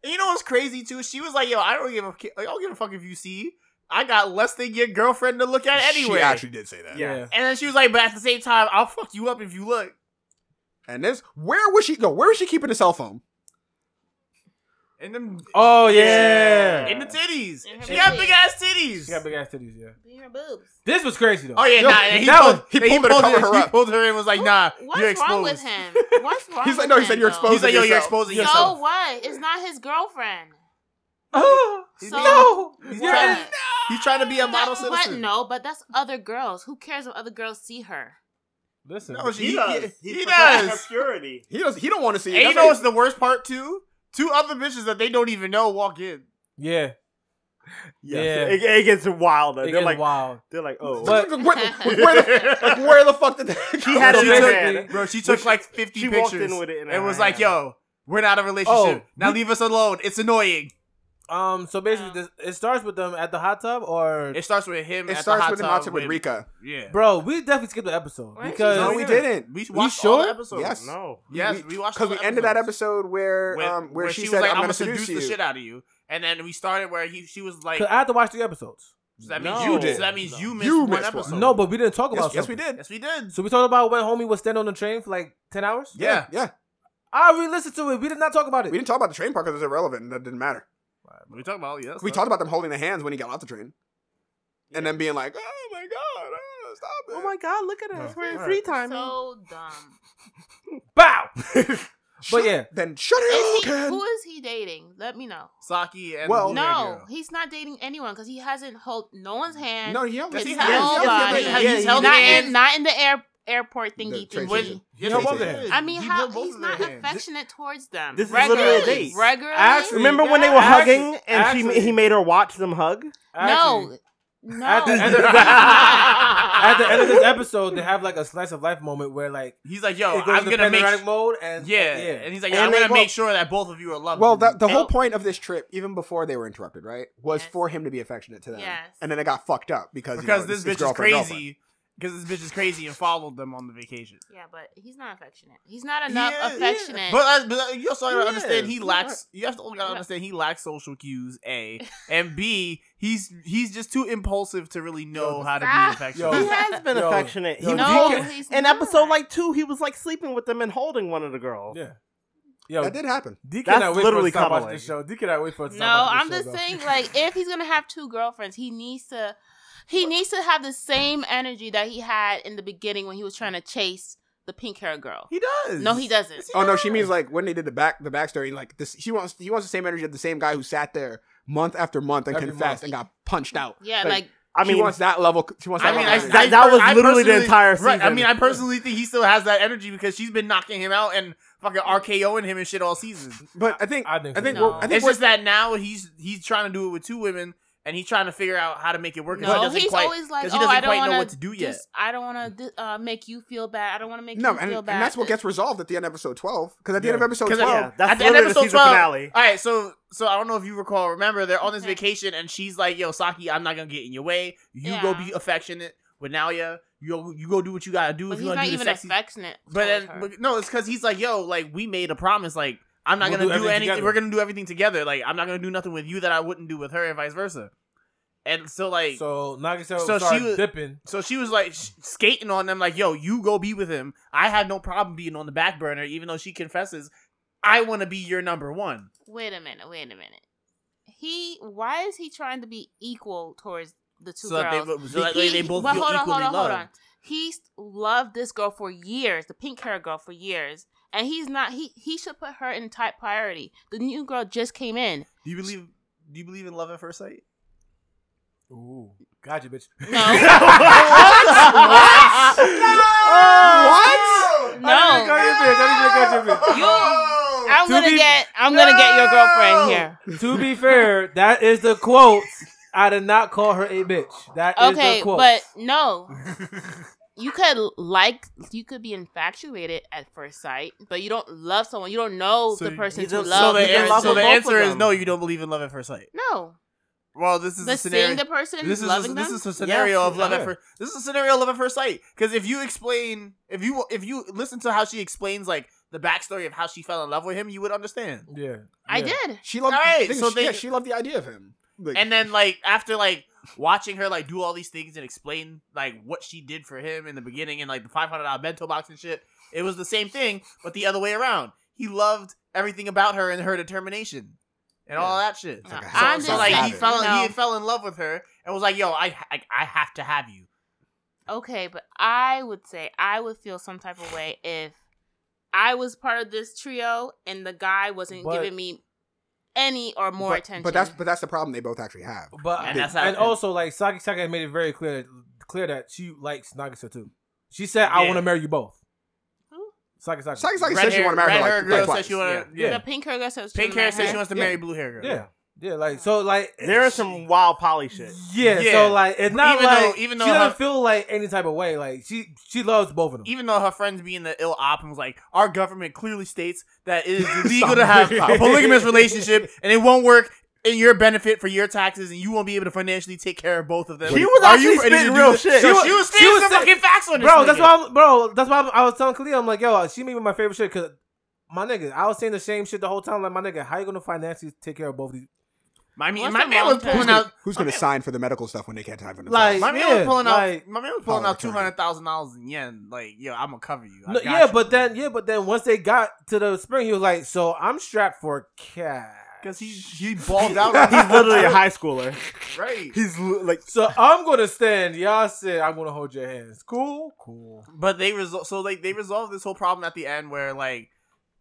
Speaker 5: And you know what's crazy too? She was like, "Yo, I don't give a ki- I don't give a fuck if you see. I got less than your girlfriend to look at anyway."
Speaker 1: She actually did say that.
Speaker 2: yeah.
Speaker 5: and then she was like, "But at the same time, I'll fuck you up if you look."
Speaker 1: And this where was she go? Where was she keeping the cell phone?
Speaker 5: And then
Speaker 2: Oh yeah,
Speaker 5: in the titties.
Speaker 4: In her
Speaker 5: She got
Speaker 4: titties.
Speaker 5: big ass titties.
Speaker 2: she got big ass titties. Yeah,
Speaker 4: be her boobs.
Speaker 2: this was crazy though.
Speaker 5: Oh yeah,
Speaker 1: Yo,
Speaker 5: nah. and He,
Speaker 1: that
Speaker 5: pulled,
Speaker 1: was- he
Speaker 5: he
Speaker 1: pulled her to
Speaker 5: pulled
Speaker 1: cover her
Speaker 5: He
Speaker 1: up.
Speaker 5: pulled her and was like, "Nah,
Speaker 4: What's
Speaker 5: you're
Speaker 4: wrong
Speaker 5: exposed."
Speaker 4: with him? What's wrong?
Speaker 1: He's like,
Speaker 4: with
Speaker 1: no, he
Speaker 4: him,
Speaker 1: said you're
Speaker 4: though?
Speaker 1: exposed.
Speaker 5: He's like, "Yo, you're
Speaker 1: Yourself.
Speaker 5: exposing
Speaker 4: So
Speaker 5: yourself."
Speaker 4: what? It's not his girlfriend.
Speaker 2: Oh,
Speaker 4: So
Speaker 2: no,
Speaker 5: He's
Speaker 2: You're
Speaker 5: trying,
Speaker 2: in-
Speaker 5: he's trying to be a model
Speaker 4: That- but
Speaker 5: citizen.
Speaker 4: Uh, no, but that's other girls. Who cares if other girls see her?
Speaker 2: listen,
Speaker 5: No, she-
Speaker 3: He does.
Speaker 5: He,
Speaker 3: He's protecting her
Speaker 5: does.
Speaker 3: purity.
Speaker 1: He does he don't want to see
Speaker 5: And
Speaker 1: it.
Speaker 5: you
Speaker 1: That's
Speaker 5: know
Speaker 1: why-
Speaker 5: what's the worst part too? Two other bitches that they don't even know walk in.
Speaker 2: yeah,
Speaker 3: Yes.
Speaker 2: yeah.
Speaker 3: It, it gets wilder.
Speaker 2: It
Speaker 3: they're
Speaker 2: gets
Speaker 3: like,
Speaker 2: wild.
Speaker 3: they're like, oh,
Speaker 2: But-
Speaker 1: where, where the, like, where the fuck did that
Speaker 3: She had
Speaker 2: So
Speaker 3: it in her
Speaker 2: basically-
Speaker 3: hand.
Speaker 5: Bro, she took
Speaker 3: she-
Speaker 5: like 50
Speaker 3: she
Speaker 5: pictures.
Speaker 3: walked in with it in her
Speaker 5: and was
Speaker 3: hand.
Speaker 5: like, yo, we're not a relationship.
Speaker 2: Oh,
Speaker 5: now
Speaker 2: we-
Speaker 5: leave us alone. It's annoying.
Speaker 2: Um, so basically, this, it starts with them at the hot tub, or
Speaker 5: It starts with him.
Speaker 1: It
Speaker 5: at
Speaker 1: starts
Speaker 5: the hot
Speaker 1: with him
Speaker 5: tub
Speaker 1: out with Rika.
Speaker 5: Yeah.
Speaker 2: bro, we definitely skipped the episode
Speaker 4: Right.
Speaker 2: because
Speaker 1: No, we didn't.
Speaker 5: We watched all
Speaker 2: sure?
Speaker 5: the episodes.
Speaker 1: Yes.
Speaker 3: no.
Speaker 5: Yes, we watched
Speaker 1: because we
Speaker 5: all the
Speaker 1: ended that
Speaker 5: episodes.
Speaker 1: episode where
Speaker 5: Where,
Speaker 1: um where, she,
Speaker 5: was
Speaker 1: said
Speaker 5: like,
Speaker 1: I'm
Speaker 5: gonna
Speaker 1: gonna seduce,
Speaker 5: the
Speaker 1: you.
Speaker 5: shit out of you. And then we started where he, she was like,
Speaker 2: Cause I had to watch three episodes.
Speaker 5: so that means
Speaker 1: No.
Speaker 5: you
Speaker 1: You did.
Speaker 5: So that means you missed
Speaker 1: You
Speaker 5: one
Speaker 1: missed one.
Speaker 5: episode.
Speaker 2: No, but we didn't talk
Speaker 1: Yes,
Speaker 2: about.
Speaker 1: yes, we
Speaker 2: something.
Speaker 1: did.
Speaker 5: Yes, we did.
Speaker 2: So we talked about when homie was standing on the train for like ten hours.
Speaker 1: Yeah, yeah.
Speaker 2: I re-listened to it. We did not talk about it.
Speaker 1: We didn't talk about the train part because it's irrelevant. and That didn't matter.
Speaker 5: We talked about all the other
Speaker 1: We
Speaker 5: stuff.
Speaker 1: talked about them holding the hands when he got off the train, and then being like, "Oh my god, oh, stop it!"
Speaker 3: God, look at
Speaker 2: us.
Speaker 3: We're in free time.
Speaker 4: So dumb.
Speaker 2: Bow.
Speaker 1: Shut-
Speaker 2: yeah.
Speaker 1: then shut
Speaker 4: Is
Speaker 1: it
Speaker 4: he,
Speaker 1: up, Ken.
Speaker 4: who is he dating? Let me know.
Speaker 5: Saki and
Speaker 1: Well-
Speaker 5: the
Speaker 4: No,
Speaker 5: girl.
Speaker 4: he's not dating anyone because he hasn't held no one's hand.
Speaker 1: No, he held
Speaker 5: Yes,
Speaker 1: his
Speaker 5: he
Speaker 1: hand.
Speaker 5: has.
Speaker 4: Nobody.
Speaker 5: Yes, he has.
Speaker 3: Yeah,
Speaker 5: He's
Speaker 3: he
Speaker 5: held
Speaker 4: not
Speaker 5: hands.
Speaker 4: in not in the air air-port thingy
Speaker 1: The train
Speaker 4: thingy.
Speaker 1: station.
Speaker 5: Yes,
Speaker 1: held
Speaker 5: he
Speaker 1: both of
Speaker 5: did.
Speaker 1: them.
Speaker 4: I mean,
Speaker 5: He
Speaker 4: how
Speaker 5: held both
Speaker 4: he's
Speaker 5: of their
Speaker 4: not
Speaker 5: hands.
Speaker 4: affectionate towards them.
Speaker 3: This is
Speaker 4: regularly.
Speaker 3: literally a date.
Speaker 4: Regularly.
Speaker 2: Actually-
Speaker 3: Remember when they were
Speaker 2: Actually-
Speaker 3: hugging and
Speaker 2: actually-
Speaker 3: she he made her watch them hug?
Speaker 4: No, No.
Speaker 2: At the end of- At the end of this episode, they have like a slice of life moment where like
Speaker 5: He's like, yo,
Speaker 2: it goes
Speaker 5: I'm
Speaker 2: into
Speaker 5: gonna make,
Speaker 2: panoramic
Speaker 5: yeah.
Speaker 2: mode and
Speaker 5: and he's like,
Speaker 3: And
Speaker 5: I'm
Speaker 3: they
Speaker 5: gonna
Speaker 3: go-
Speaker 5: make sure that both of you are loved.
Speaker 1: Well, that, the whole
Speaker 4: And-
Speaker 1: point of this trip, even before they were interrupted, right, was
Speaker 4: Yes.
Speaker 1: for him to be affectionate to them.
Speaker 4: Yes.
Speaker 1: And then it got fucked up because you know,
Speaker 5: because
Speaker 1: it's
Speaker 5: this
Speaker 1: his
Speaker 5: bitch is
Speaker 1: girlfriend, girlfriend.
Speaker 5: crazy. Because this bitch is crazy and followed them on the vacation.
Speaker 4: yeah, but he's not affectionate. He's not enough
Speaker 5: Yeah, yeah.
Speaker 4: affectionate.
Speaker 5: But, uh, but uh, you also gotta
Speaker 3: Yeah,
Speaker 5: understand he
Speaker 3: it's
Speaker 5: lacks. You have to gotta
Speaker 4: Yeah.
Speaker 5: understand he lacks social cues. A and B, he's he's just too impulsive to really know
Speaker 2: Yo,
Speaker 5: how to
Speaker 4: stop.
Speaker 5: be
Speaker 2: Yo.
Speaker 3: he
Speaker 5: affectionate.
Speaker 3: has been
Speaker 2: Yo,
Speaker 3: affectionate.
Speaker 2: yo,
Speaker 3: he
Speaker 2: No,
Speaker 3: was
Speaker 2: can-
Speaker 4: he's
Speaker 3: in
Speaker 4: not.
Speaker 3: episode like two, he was like sleeping with them and holding one of the girls.
Speaker 2: yeah, yeah. Yo,
Speaker 1: That did happen.
Speaker 2: D
Speaker 3: That's
Speaker 2: cannot wait for us to
Speaker 3: literally
Speaker 2: stop watching
Speaker 3: cuddling.
Speaker 2: this show. D cannot wait for us to
Speaker 4: No,
Speaker 2: stop
Speaker 4: I'm
Speaker 2: watching this
Speaker 4: just
Speaker 2: show, though.
Speaker 4: saying, like, if he's gonna have two girlfriends, he needs to he needs to have the same energy that he had in the beginning when he was trying to chase the pink hair girl.
Speaker 5: He does.
Speaker 4: No, he doesn't.
Speaker 1: Oh no, she means like when they did the back the backstory, like this she wants he wants the same energy of the same guy who sat there month after month and
Speaker 2: Every
Speaker 1: confessed
Speaker 2: month.
Speaker 1: and got punched out.
Speaker 4: Yeah,
Speaker 1: Like,
Speaker 4: like
Speaker 3: I
Speaker 1: she
Speaker 3: mean,
Speaker 1: wants that level. She wants
Speaker 5: I
Speaker 1: that
Speaker 5: mean, I,
Speaker 1: level. of
Speaker 3: that-
Speaker 5: I-
Speaker 3: that was
Speaker 5: I
Speaker 3: literally the
Speaker 5: personally-
Speaker 3: entire
Speaker 5: Right. I
Speaker 3: season.
Speaker 5: mean, I personally think he still has that energy because she's been knocking him out and fucking RKOing him and shit all season.
Speaker 1: energy. but I think
Speaker 2: I think
Speaker 1: I
Speaker 2: so.
Speaker 1: think
Speaker 4: No.
Speaker 1: we're- I think
Speaker 5: It's
Speaker 1: we're-
Speaker 5: just that now he's he's trying to do it with two women and he's trying to figure out how to make it work. and he
Speaker 4: no,
Speaker 5: doesn't
Speaker 4: he's
Speaker 5: quite-
Speaker 4: always like,
Speaker 5: 'cause
Speaker 4: oh,
Speaker 5: he doesn't
Speaker 4: I don't
Speaker 5: quite
Speaker 4: want
Speaker 5: know what to do yet.
Speaker 4: I don't want to uh, make you feel bad. I don't want to make
Speaker 1: no,
Speaker 4: you
Speaker 1: and,
Speaker 4: feel
Speaker 1: and
Speaker 4: bad.
Speaker 1: that's what gets resolved at the end of episode twelve. Because at the end of
Speaker 2: Yeah.
Speaker 1: episode
Speaker 5: 'Cause I-
Speaker 1: twelve,
Speaker 3: yeah, that's
Speaker 5: At the end of
Speaker 3: literally the
Speaker 5: episode
Speaker 3: season
Speaker 5: 12.
Speaker 3: finale.
Speaker 5: All right, so so I don't know if you recall. Remember, they're on this
Speaker 4: Okay.
Speaker 5: vacation, and she's like, "Yo, Saki, I'm not gonna get in your way. You go
Speaker 4: Yeah.
Speaker 5: be affectionate with Naoya. You you go do what you gotta do.
Speaker 4: But
Speaker 5: if
Speaker 4: he's
Speaker 5: you wanna
Speaker 4: not
Speaker 5: do the
Speaker 4: even
Speaker 5: sexy."
Speaker 4: affectionate.
Speaker 5: But
Speaker 4: towards
Speaker 5: then,
Speaker 4: her.
Speaker 5: but- no, it's because he's like, "Yo, like we made a promise. Like I'm not
Speaker 2: We'll do
Speaker 5: gonna do,
Speaker 2: everything
Speaker 5: anything.
Speaker 2: together."
Speaker 5: We're gonna do everything together. Like I'm not gonna do nothing with you that I wouldn't do with her, and vice versa." And so like. So-
Speaker 2: So Nagisa
Speaker 5: So she
Speaker 2: started
Speaker 5: was-
Speaker 2: dipping.
Speaker 5: she was like sh- skating on them, like, yo, you go be with him. I had no problem being on the back burner, even though she confesses, I want to be your number one.
Speaker 4: wait a minute, wait a minute. He, why is he trying to be equal towards the two
Speaker 5: so
Speaker 4: girls?
Speaker 5: That they, so that way
Speaker 4: He-
Speaker 5: they both
Speaker 4: but
Speaker 5: feel
Speaker 4: hold on,
Speaker 5: equally
Speaker 4: hold on, hold
Speaker 5: loved.
Speaker 4: on. He's loved this girl for years, the pink hair girl for years, and he's not. He he should put her in top priority. The new girl just came in.
Speaker 5: Do you believe? Do you believe in love at first sight?
Speaker 2: Ooh, gotcha, bitch.
Speaker 4: No,
Speaker 5: what?
Speaker 1: what?
Speaker 2: I didn't
Speaker 4: no.
Speaker 2: even go your bitch. I didn't even go your bitch.
Speaker 5: No!
Speaker 4: I'm
Speaker 2: To
Speaker 4: gonna
Speaker 2: be-
Speaker 4: get. I'm gonna get your girlfriend here.
Speaker 2: to be fair, that is the quote. I did not call her a bitch. That is
Speaker 4: Okay,
Speaker 2: the quote.
Speaker 4: but no. You could like, you could be infatuated at first sight, but you don't love someone. You don't know
Speaker 5: So
Speaker 4: the
Speaker 5: you-
Speaker 4: person
Speaker 3: you
Speaker 4: to
Speaker 3: don't-
Speaker 5: So
Speaker 4: love.
Speaker 5: the,
Speaker 3: You can
Speaker 5: answer,
Speaker 4: because-
Speaker 3: love
Speaker 5: so the
Speaker 3: both of
Speaker 5: answer is
Speaker 3: them.
Speaker 5: no. You don't believe in love at first sight.
Speaker 4: no,
Speaker 5: Well, this is
Speaker 4: the
Speaker 5: a scenario.
Speaker 4: seeing the person,
Speaker 5: this is
Speaker 4: loving
Speaker 5: a, this
Speaker 4: them.
Speaker 5: is a scenario
Speaker 2: Yes,
Speaker 5: of love
Speaker 2: yeah.
Speaker 5: at first. This is a scenario of love at first sight. Because if you explain, if you if you listen to how she explains like the backstory of how she fell in love with him, you would understand.
Speaker 2: yeah, yeah.
Speaker 4: I did.
Speaker 1: She loved.
Speaker 5: All right,
Speaker 1: thing is,
Speaker 5: so
Speaker 1: she,
Speaker 5: they-
Speaker 1: yeah, she loved the idea of him. Like,
Speaker 5: and then like after like watching her like do all these things and explain like what she did for him in the beginning and like the five hundred dollar bento box and shit, it was the same thing but the other way around. He loved everything about her and her determination and all that shit.
Speaker 1: like a
Speaker 5: So,
Speaker 1: I'm
Speaker 5: so,
Speaker 1: just
Speaker 5: like he
Speaker 1: saying,
Speaker 5: fell
Speaker 4: you know.
Speaker 5: he fell in love with her and was like, "Yo, I I, I have to have you."
Speaker 4: Okay, but I would say I would feel some type of way if I was part of this trio and the guy wasn't
Speaker 2: But-
Speaker 4: giving me any or more
Speaker 1: but,
Speaker 4: attention.
Speaker 1: But that's but that's the problem they both actually have.
Speaker 2: But
Speaker 5: And
Speaker 2: and,
Speaker 5: that's how-
Speaker 2: also like Saki Saki had made it very clear clear that she likes Nagisa too. She said, "I
Speaker 5: Yeah.
Speaker 2: want to marry you both."
Speaker 4: Who?
Speaker 2: Saki Saki.
Speaker 1: Saki Saki
Speaker 5: Red
Speaker 1: said she
Speaker 5: hair,
Speaker 1: wanted to marry
Speaker 5: red
Speaker 1: her
Speaker 5: hair
Speaker 1: like,
Speaker 5: girl
Speaker 1: like twice.
Speaker 5: said she wanted
Speaker 2: Yeah.
Speaker 4: the pink hair girl says she
Speaker 5: pink
Speaker 4: wanna
Speaker 5: hair
Speaker 4: marry
Speaker 5: said she
Speaker 4: her.
Speaker 5: wants to
Speaker 2: Yeah.
Speaker 5: marry blue hair girl.
Speaker 2: Yeah, yeah. Like so, like
Speaker 3: There is some wild poly shit.
Speaker 2: Yeah,
Speaker 5: Yeah.
Speaker 2: so like it's not
Speaker 5: Even
Speaker 2: like
Speaker 5: though- even though
Speaker 2: she
Speaker 5: her-
Speaker 2: doesn't feel like any type of way. Like she she loves both of them.
Speaker 5: even though her friends being the ill op and was like, our government clearly states that it is illegal to have a polygamous relationship and it won't work in your benefit for your taxes and you won't be able to financially take care of both of them.
Speaker 3: She was
Speaker 5: Are
Speaker 3: actually
Speaker 5: you ready to
Speaker 3: spitting
Speaker 5: do
Speaker 3: real
Speaker 5: this?
Speaker 3: shit.
Speaker 5: Yo,
Speaker 3: She
Speaker 5: she
Speaker 2: was-
Speaker 5: was
Speaker 2: she
Speaker 5: spitting
Speaker 2: was
Speaker 5: some
Speaker 2: saying-
Speaker 5: fucking facts on this
Speaker 2: bro, that's
Speaker 5: nigga.
Speaker 2: why. I'm, bro, that's why I'm- i was telling Khalil, I'm like, yo, she made me my favorite shit because my nigga, I was saying the same shit the whole time. Like, my nigga, how you gonna financially take care of both these?
Speaker 5: I mean,
Speaker 4: What's
Speaker 5: my
Speaker 4: the
Speaker 5: man
Speaker 4: long
Speaker 5: was
Speaker 4: term?
Speaker 5: pulling
Speaker 1: Who's gonna,
Speaker 5: out.
Speaker 1: who's
Speaker 5: my
Speaker 1: gonna
Speaker 5: man-
Speaker 1: sign for the medical stuff when they can't time for themselves?
Speaker 2: Like,
Speaker 5: My man was
Speaker 2: Yeah,
Speaker 5: pulling out.
Speaker 2: like-
Speaker 5: My man was pulling
Speaker 1: Oh,
Speaker 5: out
Speaker 1: okay.
Speaker 5: two hundred thousand dollars in yen. Like, yo, I'm gonna cover you. I
Speaker 2: No,
Speaker 5: got
Speaker 2: yeah,
Speaker 5: you.
Speaker 2: but then yeah, but then once they got to the spring, he was like, so I'm strapped for cash.
Speaker 5: because he he balled out.
Speaker 3: He's literally a high schooler.
Speaker 5: right.
Speaker 3: He's li- like,
Speaker 2: So I'm gonna stand. Y'all said I'm gonna hold your hands. Cool, cool.
Speaker 5: But they resol- so like they resolve this whole problem at the end where like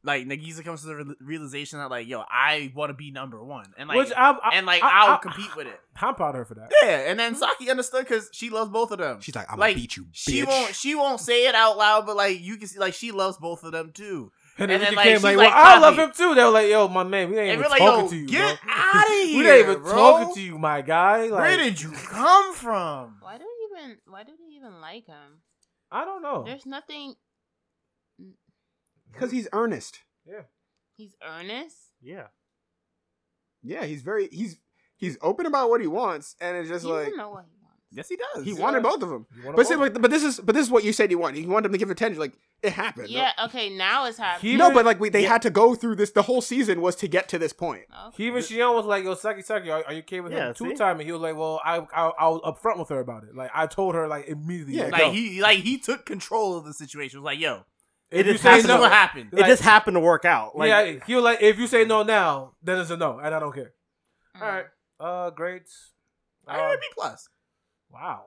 Speaker 5: like Nagisa comes to the re- realization that like yo I want to be number one and like
Speaker 2: Which I'm, I,
Speaker 5: and like
Speaker 2: I-
Speaker 5: I, will
Speaker 2: I- Mm-hmm.
Speaker 5: compete with it.
Speaker 2: I'm proud of her for that.
Speaker 5: Yeah, and then Saki understood because she loves both of them.
Speaker 1: She's like, I'm
Speaker 5: Like,
Speaker 1: gonna beat you, bitch.
Speaker 5: she won't she won't say it out loud, but like you can see like she loves both of them too.
Speaker 2: And,
Speaker 5: And
Speaker 2: then Ricky
Speaker 5: then, like,
Speaker 2: came
Speaker 5: she's
Speaker 2: like,
Speaker 5: like,
Speaker 2: well, I love
Speaker 5: Poppy.
Speaker 2: him too. They were like, yo, my man, we ain't even
Speaker 5: And we're like,
Speaker 2: talking
Speaker 5: yo,
Speaker 2: to you,
Speaker 5: get
Speaker 2: bro.
Speaker 5: out of here.
Speaker 2: we ain't even
Speaker 5: bro.
Speaker 2: talking to you, my guy. Like,
Speaker 5: Where did you come from?
Speaker 4: Why do they even? Why do they even like him?
Speaker 2: I don't know.
Speaker 4: There's nothing.
Speaker 1: because he's earnest.
Speaker 4: He's earnest.
Speaker 3: Yeah.
Speaker 1: Yeah, he's very he's he's open about what he wants, and it's just
Speaker 4: He
Speaker 1: like
Speaker 4: doesn't know what he wants.
Speaker 3: Yes, he does.
Speaker 1: he wanted both of them.
Speaker 2: You wanna
Speaker 1: But see,
Speaker 2: vote?
Speaker 1: like, but this is but this is what you said you want. You wanted them to give attention. Like it happened.
Speaker 4: Yeah. Okay. Now it's happening.
Speaker 2: He
Speaker 1: No,
Speaker 2: even-
Speaker 1: but like we, they had to go through this. The whole season was to get to this point.
Speaker 4: Okay.
Speaker 2: he even Shion was like, "Yo, Saki Saki, are, are you okay with
Speaker 3: Yeah,
Speaker 2: him two
Speaker 3: see?
Speaker 2: time?" And he was like, "Well, I, I I was upfront with her about it. Like, I told her like immediately.
Speaker 1: Yeah,
Speaker 2: like,
Speaker 5: Like
Speaker 2: yo,
Speaker 5: he like he took control of the situation. Was like, yo,
Speaker 2: if you
Speaker 3: just
Speaker 2: say
Speaker 5: this is
Speaker 3: happened
Speaker 2: no,
Speaker 5: what happened.
Speaker 3: it
Speaker 2: like-
Speaker 3: just happened to work out. Like
Speaker 2: yeah, he was like, if you say no now, then it's a no, and I don't care.
Speaker 4: Mm.
Speaker 2: All right, uh, great.
Speaker 5: I got
Speaker 2: Um,
Speaker 5: a B plus.
Speaker 2: wow.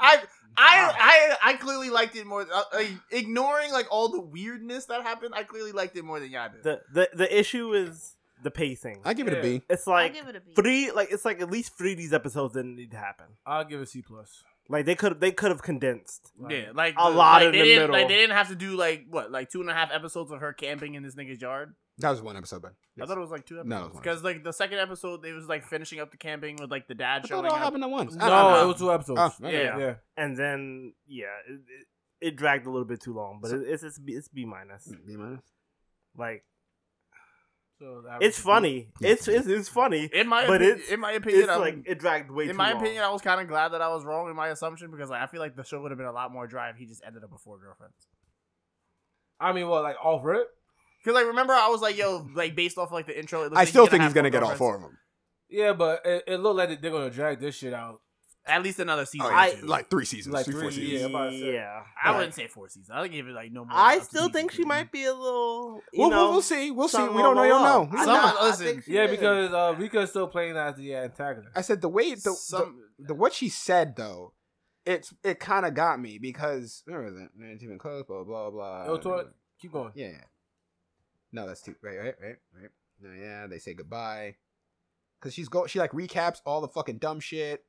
Speaker 5: I I I I clearly liked it more. Uh, uh, ignoring like all the weirdness that happened, I clearly liked it more than y'all did.
Speaker 3: the, the the issue is the pacing.
Speaker 1: I give it a B.
Speaker 3: it's
Speaker 4: I
Speaker 3: like
Speaker 4: give it a B.
Speaker 3: three like it's like at least three of these episodes didn't need to happen.
Speaker 2: I'll give it C plus.
Speaker 3: Like they could they could have condensed.
Speaker 5: yeah, like
Speaker 3: a
Speaker 5: the-
Speaker 3: lot
Speaker 5: like,
Speaker 3: in
Speaker 5: they
Speaker 3: the
Speaker 5: didn't,
Speaker 3: middle.
Speaker 5: Like they didn't have to do like what, like two and a half episodes of her camping in this nigga's yard.
Speaker 1: That was one episode, but
Speaker 5: I thought it was like two
Speaker 1: No, it
Speaker 5: episodes
Speaker 1: was one.
Speaker 5: because like the second episode, they was like finishing up the camping with like the dad
Speaker 1: I thought
Speaker 5: showing
Speaker 1: it all
Speaker 5: up.
Speaker 1: happened at once. I don't
Speaker 2: No,
Speaker 1: know.
Speaker 2: it was two episodes.
Speaker 1: Oh, okay.
Speaker 5: Yeah.
Speaker 2: yeah.
Speaker 3: And then yeah, it, it, it dragged a little bit too long, but it, it's it's B, it's B minus.
Speaker 1: B minus.
Speaker 3: Like
Speaker 2: So that
Speaker 3: it's
Speaker 2: was-
Speaker 3: funny. It's it's, it's funny.
Speaker 5: In my
Speaker 3: But
Speaker 5: opinion,
Speaker 3: it's-
Speaker 5: in my opinion,
Speaker 3: It's
Speaker 5: I'm-
Speaker 3: like it dragged way too
Speaker 5: in my
Speaker 3: long.
Speaker 5: opinion, I was kind of glad that I was wrong in my assumption because like I feel like the show would have been a lot more dry if he just ended up before girlfriends.
Speaker 2: I mean, well, like all for it.
Speaker 5: Because like remember, I was like, yo, like based off like the intro, it looks
Speaker 1: I
Speaker 5: like
Speaker 1: still think he's
Speaker 5: have
Speaker 1: gonna get all
Speaker 5: Girlfriends
Speaker 1: four of them.
Speaker 2: Yeah, but it, it looked like they're gonna drag this shit out.
Speaker 5: At least another season.
Speaker 1: Oh,
Speaker 5: or
Speaker 1: yeah,
Speaker 5: two.
Speaker 1: like three seasons,
Speaker 2: Like
Speaker 1: three, four
Speaker 2: three,
Speaker 1: seasons.
Speaker 2: yeah. about to say.
Speaker 3: yeah.
Speaker 5: I wouldn't say four seasons. I'd give it like no more. than
Speaker 3: I
Speaker 5: up to
Speaker 3: still think she
Speaker 5: season three.
Speaker 3: might be a little. You
Speaker 1: We'll,
Speaker 3: know,
Speaker 1: we'll, we'll see. We'll see.
Speaker 3: something
Speaker 1: We don't know. You
Speaker 3: along
Speaker 1: don't
Speaker 3: those
Speaker 1: know.
Speaker 5: I
Speaker 1: I,
Speaker 3: lines.
Speaker 5: know.
Speaker 3: I
Speaker 5: Someone-
Speaker 3: think
Speaker 5: listen.
Speaker 3: she
Speaker 2: Yeah,
Speaker 3: did.
Speaker 2: because uh, Rika's still playing as the antagonist.
Speaker 1: said the way the, the
Speaker 5: Some,
Speaker 1: the what she said though, it's it kind of got me because where was it? Not even close. Blah blah blah.
Speaker 2: Yo, Tor- keep going.
Speaker 1: Yeah. yeah. No, that's too right, right, right, right. No, yeah, they say goodbye. Cause she's go she like recaps all the fucking dumb shit.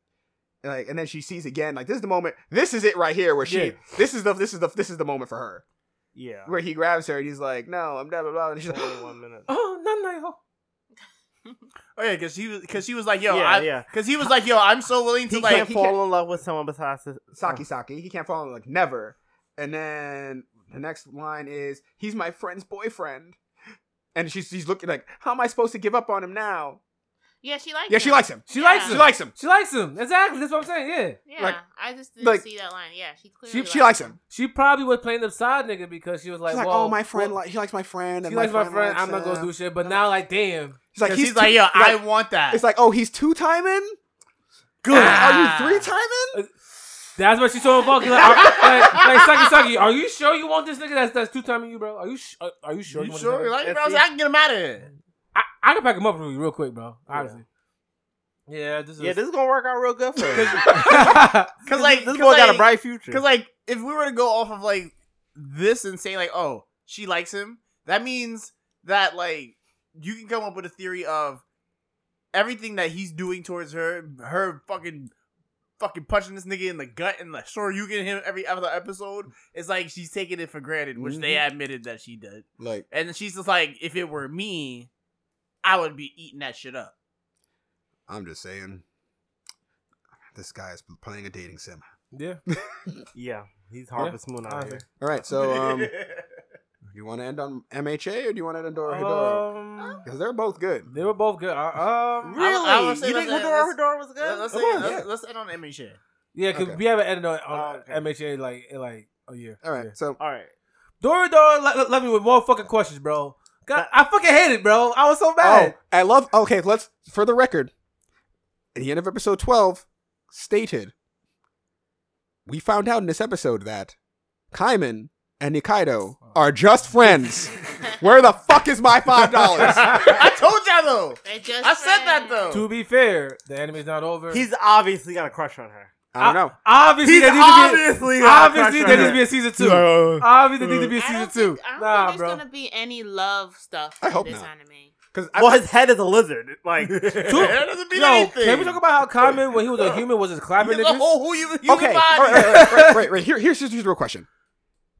Speaker 1: And, like and then she sees again, like this is the moment this is it right here where she
Speaker 2: Yeah.
Speaker 1: this is the this is the this is the moment for her.
Speaker 3: Yeah.
Speaker 1: Where he grabs her and he's like, No, I'm blah blah blah and she's
Speaker 3: Only
Speaker 1: like
Speaker 3: one minute.
Speaker 2: Oh, no, no,
Speaker 5: oh yeah, because she was because she was like, yo,
Speaker 3: yeah,
Speaker 5: I,
Speaker 3: yeah.
Speaker 5: Because he was like, yo, I'm so willing to
Speaker 3: He
Speaker 5: like.
Speaker 3: can't
Speaker 1: he
Speaker 3: fall
Speaker 1: can't-
Speaker 3: in love with someone besides his,
Speaker 1: Saki Saki. He can't fall in like never. And then the next line is, He's my friend's boyfriend. And she's she's looking like, How am I supposed to give up on him now?
Speaker 4: Yeah, she likes.
Speaker 1: Yeah, she
Speaker 4: him.
Speaker 1: likes him.
Speaker 2: She
Speaker 4: Yeah.
Speaker 2: likes
Speaker 1: She
Speaker 2: him.
Speaker 1: likes him.
Speaker 2: She likes him. Exactly. That's what I'm saying. Yeah.
Speaker 4: Yeah,
Speaker 1: like-
Speaker 4: I just didn't
Speaker 1: like-
Speaker 4: see that line. Yeah, she clearly.
Speaker 1: She she likes him.
Speaker 2: She probably was playing the side nigga because she was like,
Speaker 1: She's like,
Speaker 2: well,
Speaker 1: oh, my friend,
Speaker 2: well,
Speaker 1: like, he likes my friend.
Speaker 2: she
Speaker 1: And
Speaker 2: likes my
Speaker 1: friend
Speaker 2: friend.
Speaker 1: likes
Speaker 2: I'm not gonna
Speaker 1: him."
Speaker 2: do shit. But now, like, damn,
Speaker 1: He's like,
Speaker 5: Cause
Speaker 1: he's,
Speaker 5: he's, like, yo, I
Speaker 1: like-
Speaker 5: want that.
Speaker 1: It's like, oh, he's two timing. Good.
Speaker 5: Ah.
Speaker 1: Are you three timing?
Speaker 2: that's what she told Bucky. Like, are, like, like, Saki Saki, are you sure you want this nigga? That's that's two timing you, bro. Are you sh- are, are you sure?
Speaker 5: you
Speaker 2: want
Speaker 5: sure?
Speaker 2: This nigga?
Speaker 5: Like, bro, I was like, I can get him out of here.
Speaker 2: I, I can pack him up really, real quick, bro. Honestly. Yeah, this is.
Speaker 3: Yeah, this is gonna work out real good for her.
Speaker 5: Because like,
Speaker 3: this
Speaker 5: cause,
Speaker 3: boy got a
Speaker 5: like,
Speaker 3: bright future.
Speaker 5: Because like, if we were to go off of like this and say like, oh, she likes him, that means that like you can come up with a theory of everything that he's doing towards her, her fucking. Fucking punching this nigga in the gut and like sure you get him every other episode. It's like she's taking it for granted, which they
Speaker 3: Mm-hmm.
Speaker 5: admitted that she did.
Speaker 1: Like,
Speaker 5: And she's just like, if it were me, I would be eating that shit up.
Speaker 1: I'm just saying, this guy is playing a dating sim.
Speaker 2: yeah.
Speaker 3: yeah, he's Harvest Moon out
Speaker 2: Honestly.
Speaker 3: here.
Speaker 1: All right, so um, you want to end on MHA or do you want to end on Dora Hidoro?
Speaker 2: Um,
Speaker 1: Because they're both good.
Speaker 2: they were both good. Uh, um,
Speaker 5: I- I would say
Speaker 3: you
Speaker 5: let's-
Speaker 3: think Hedora
Speaker 5: let's-
Speaker 3: Hedora was
Speaker 5: Let-
Speaker 3: good?
Speaker 5: Let's,
Speaker 1: Of
Speaker 5: say,
Speaker 1: course,
Speaker 5: let's,
Speaker 1: yeah.
Speaker 5: let's end on Emmy shit.
Speaker 2: yeah, because
Speaker 1: Okay.
Speaker 2: we haven't ended on, on
Speaker 3: Oh, okay.
Speaker 2: MHA like in like a year.
Speaker 1: All right,
Speaker 2: Yeah.
Speaker 1: so
Speaker 3: All right.
Speaker 2: Dory Dory le- le- left me with more fucking questions, bro. God, I fucking hate it, bro. I was so
Speaker 1: oh,
Speaker 2: mad.
Speaker 1: I love. Okay, let's for the record, at the end of episode twelve, stated, we found out in this episode that Kaiman and Nikaido
Speaker 2: Oh.
Speaker 1: are just friends. Where the fuck is my five dollars?
Speaker 5: I told y'all though.
Speaker 4: They just.
Speaker 5: I said that
Speaker 4: friends.
Speaker 5: though.
Speaker 2: To be fair, the anime's not over.
Speaker 3: He's obviously got a crush on her.
Speaker 1: I
Speaker 2: Uh,
Speaker 1: don't know.
Speaker 2: Obviously,
Speaker 3: He's
Speaker 2: there needs to be a-
Speaker 3: obviously got a crush
Speaker 2: obviously
Speaker 3: on
Speaker 2: there
Speaker 3: her.
Speaker 2: needs to be a season two. Obviously, there needs to be a
Speaker 4: I
Speaker 2: season
Speaker 4: don't
Speaker 2: two.
Speaker 4: think, I don't
Speaker 2: Nah,
Speaker 4: think there's
Speaker 2: bro.
Speaker 4: gonna be any love stuff.
Speaker 1: I
Speaker 4: in
Speaker 1: hope
Speaker 4: this
Speaker 1: not.
Speaker 4: anime.
Speaker 1: Because
Speaker 3: Well, his head is a lizard. Like,
Speaker 2: Two-
Speaker 5: That doesn't mean
Speaker 2: Yo,
Speaker 5: anything.
Speaker 2: can we talk about how Common, when he was a human, was just clapping
Speaker 5: the
Speaker 2: niggas?
Speaker 5: whole who you, you
Speaker 1: okay, all right, all right, all right, right, right, right. Here, here's here's the real question: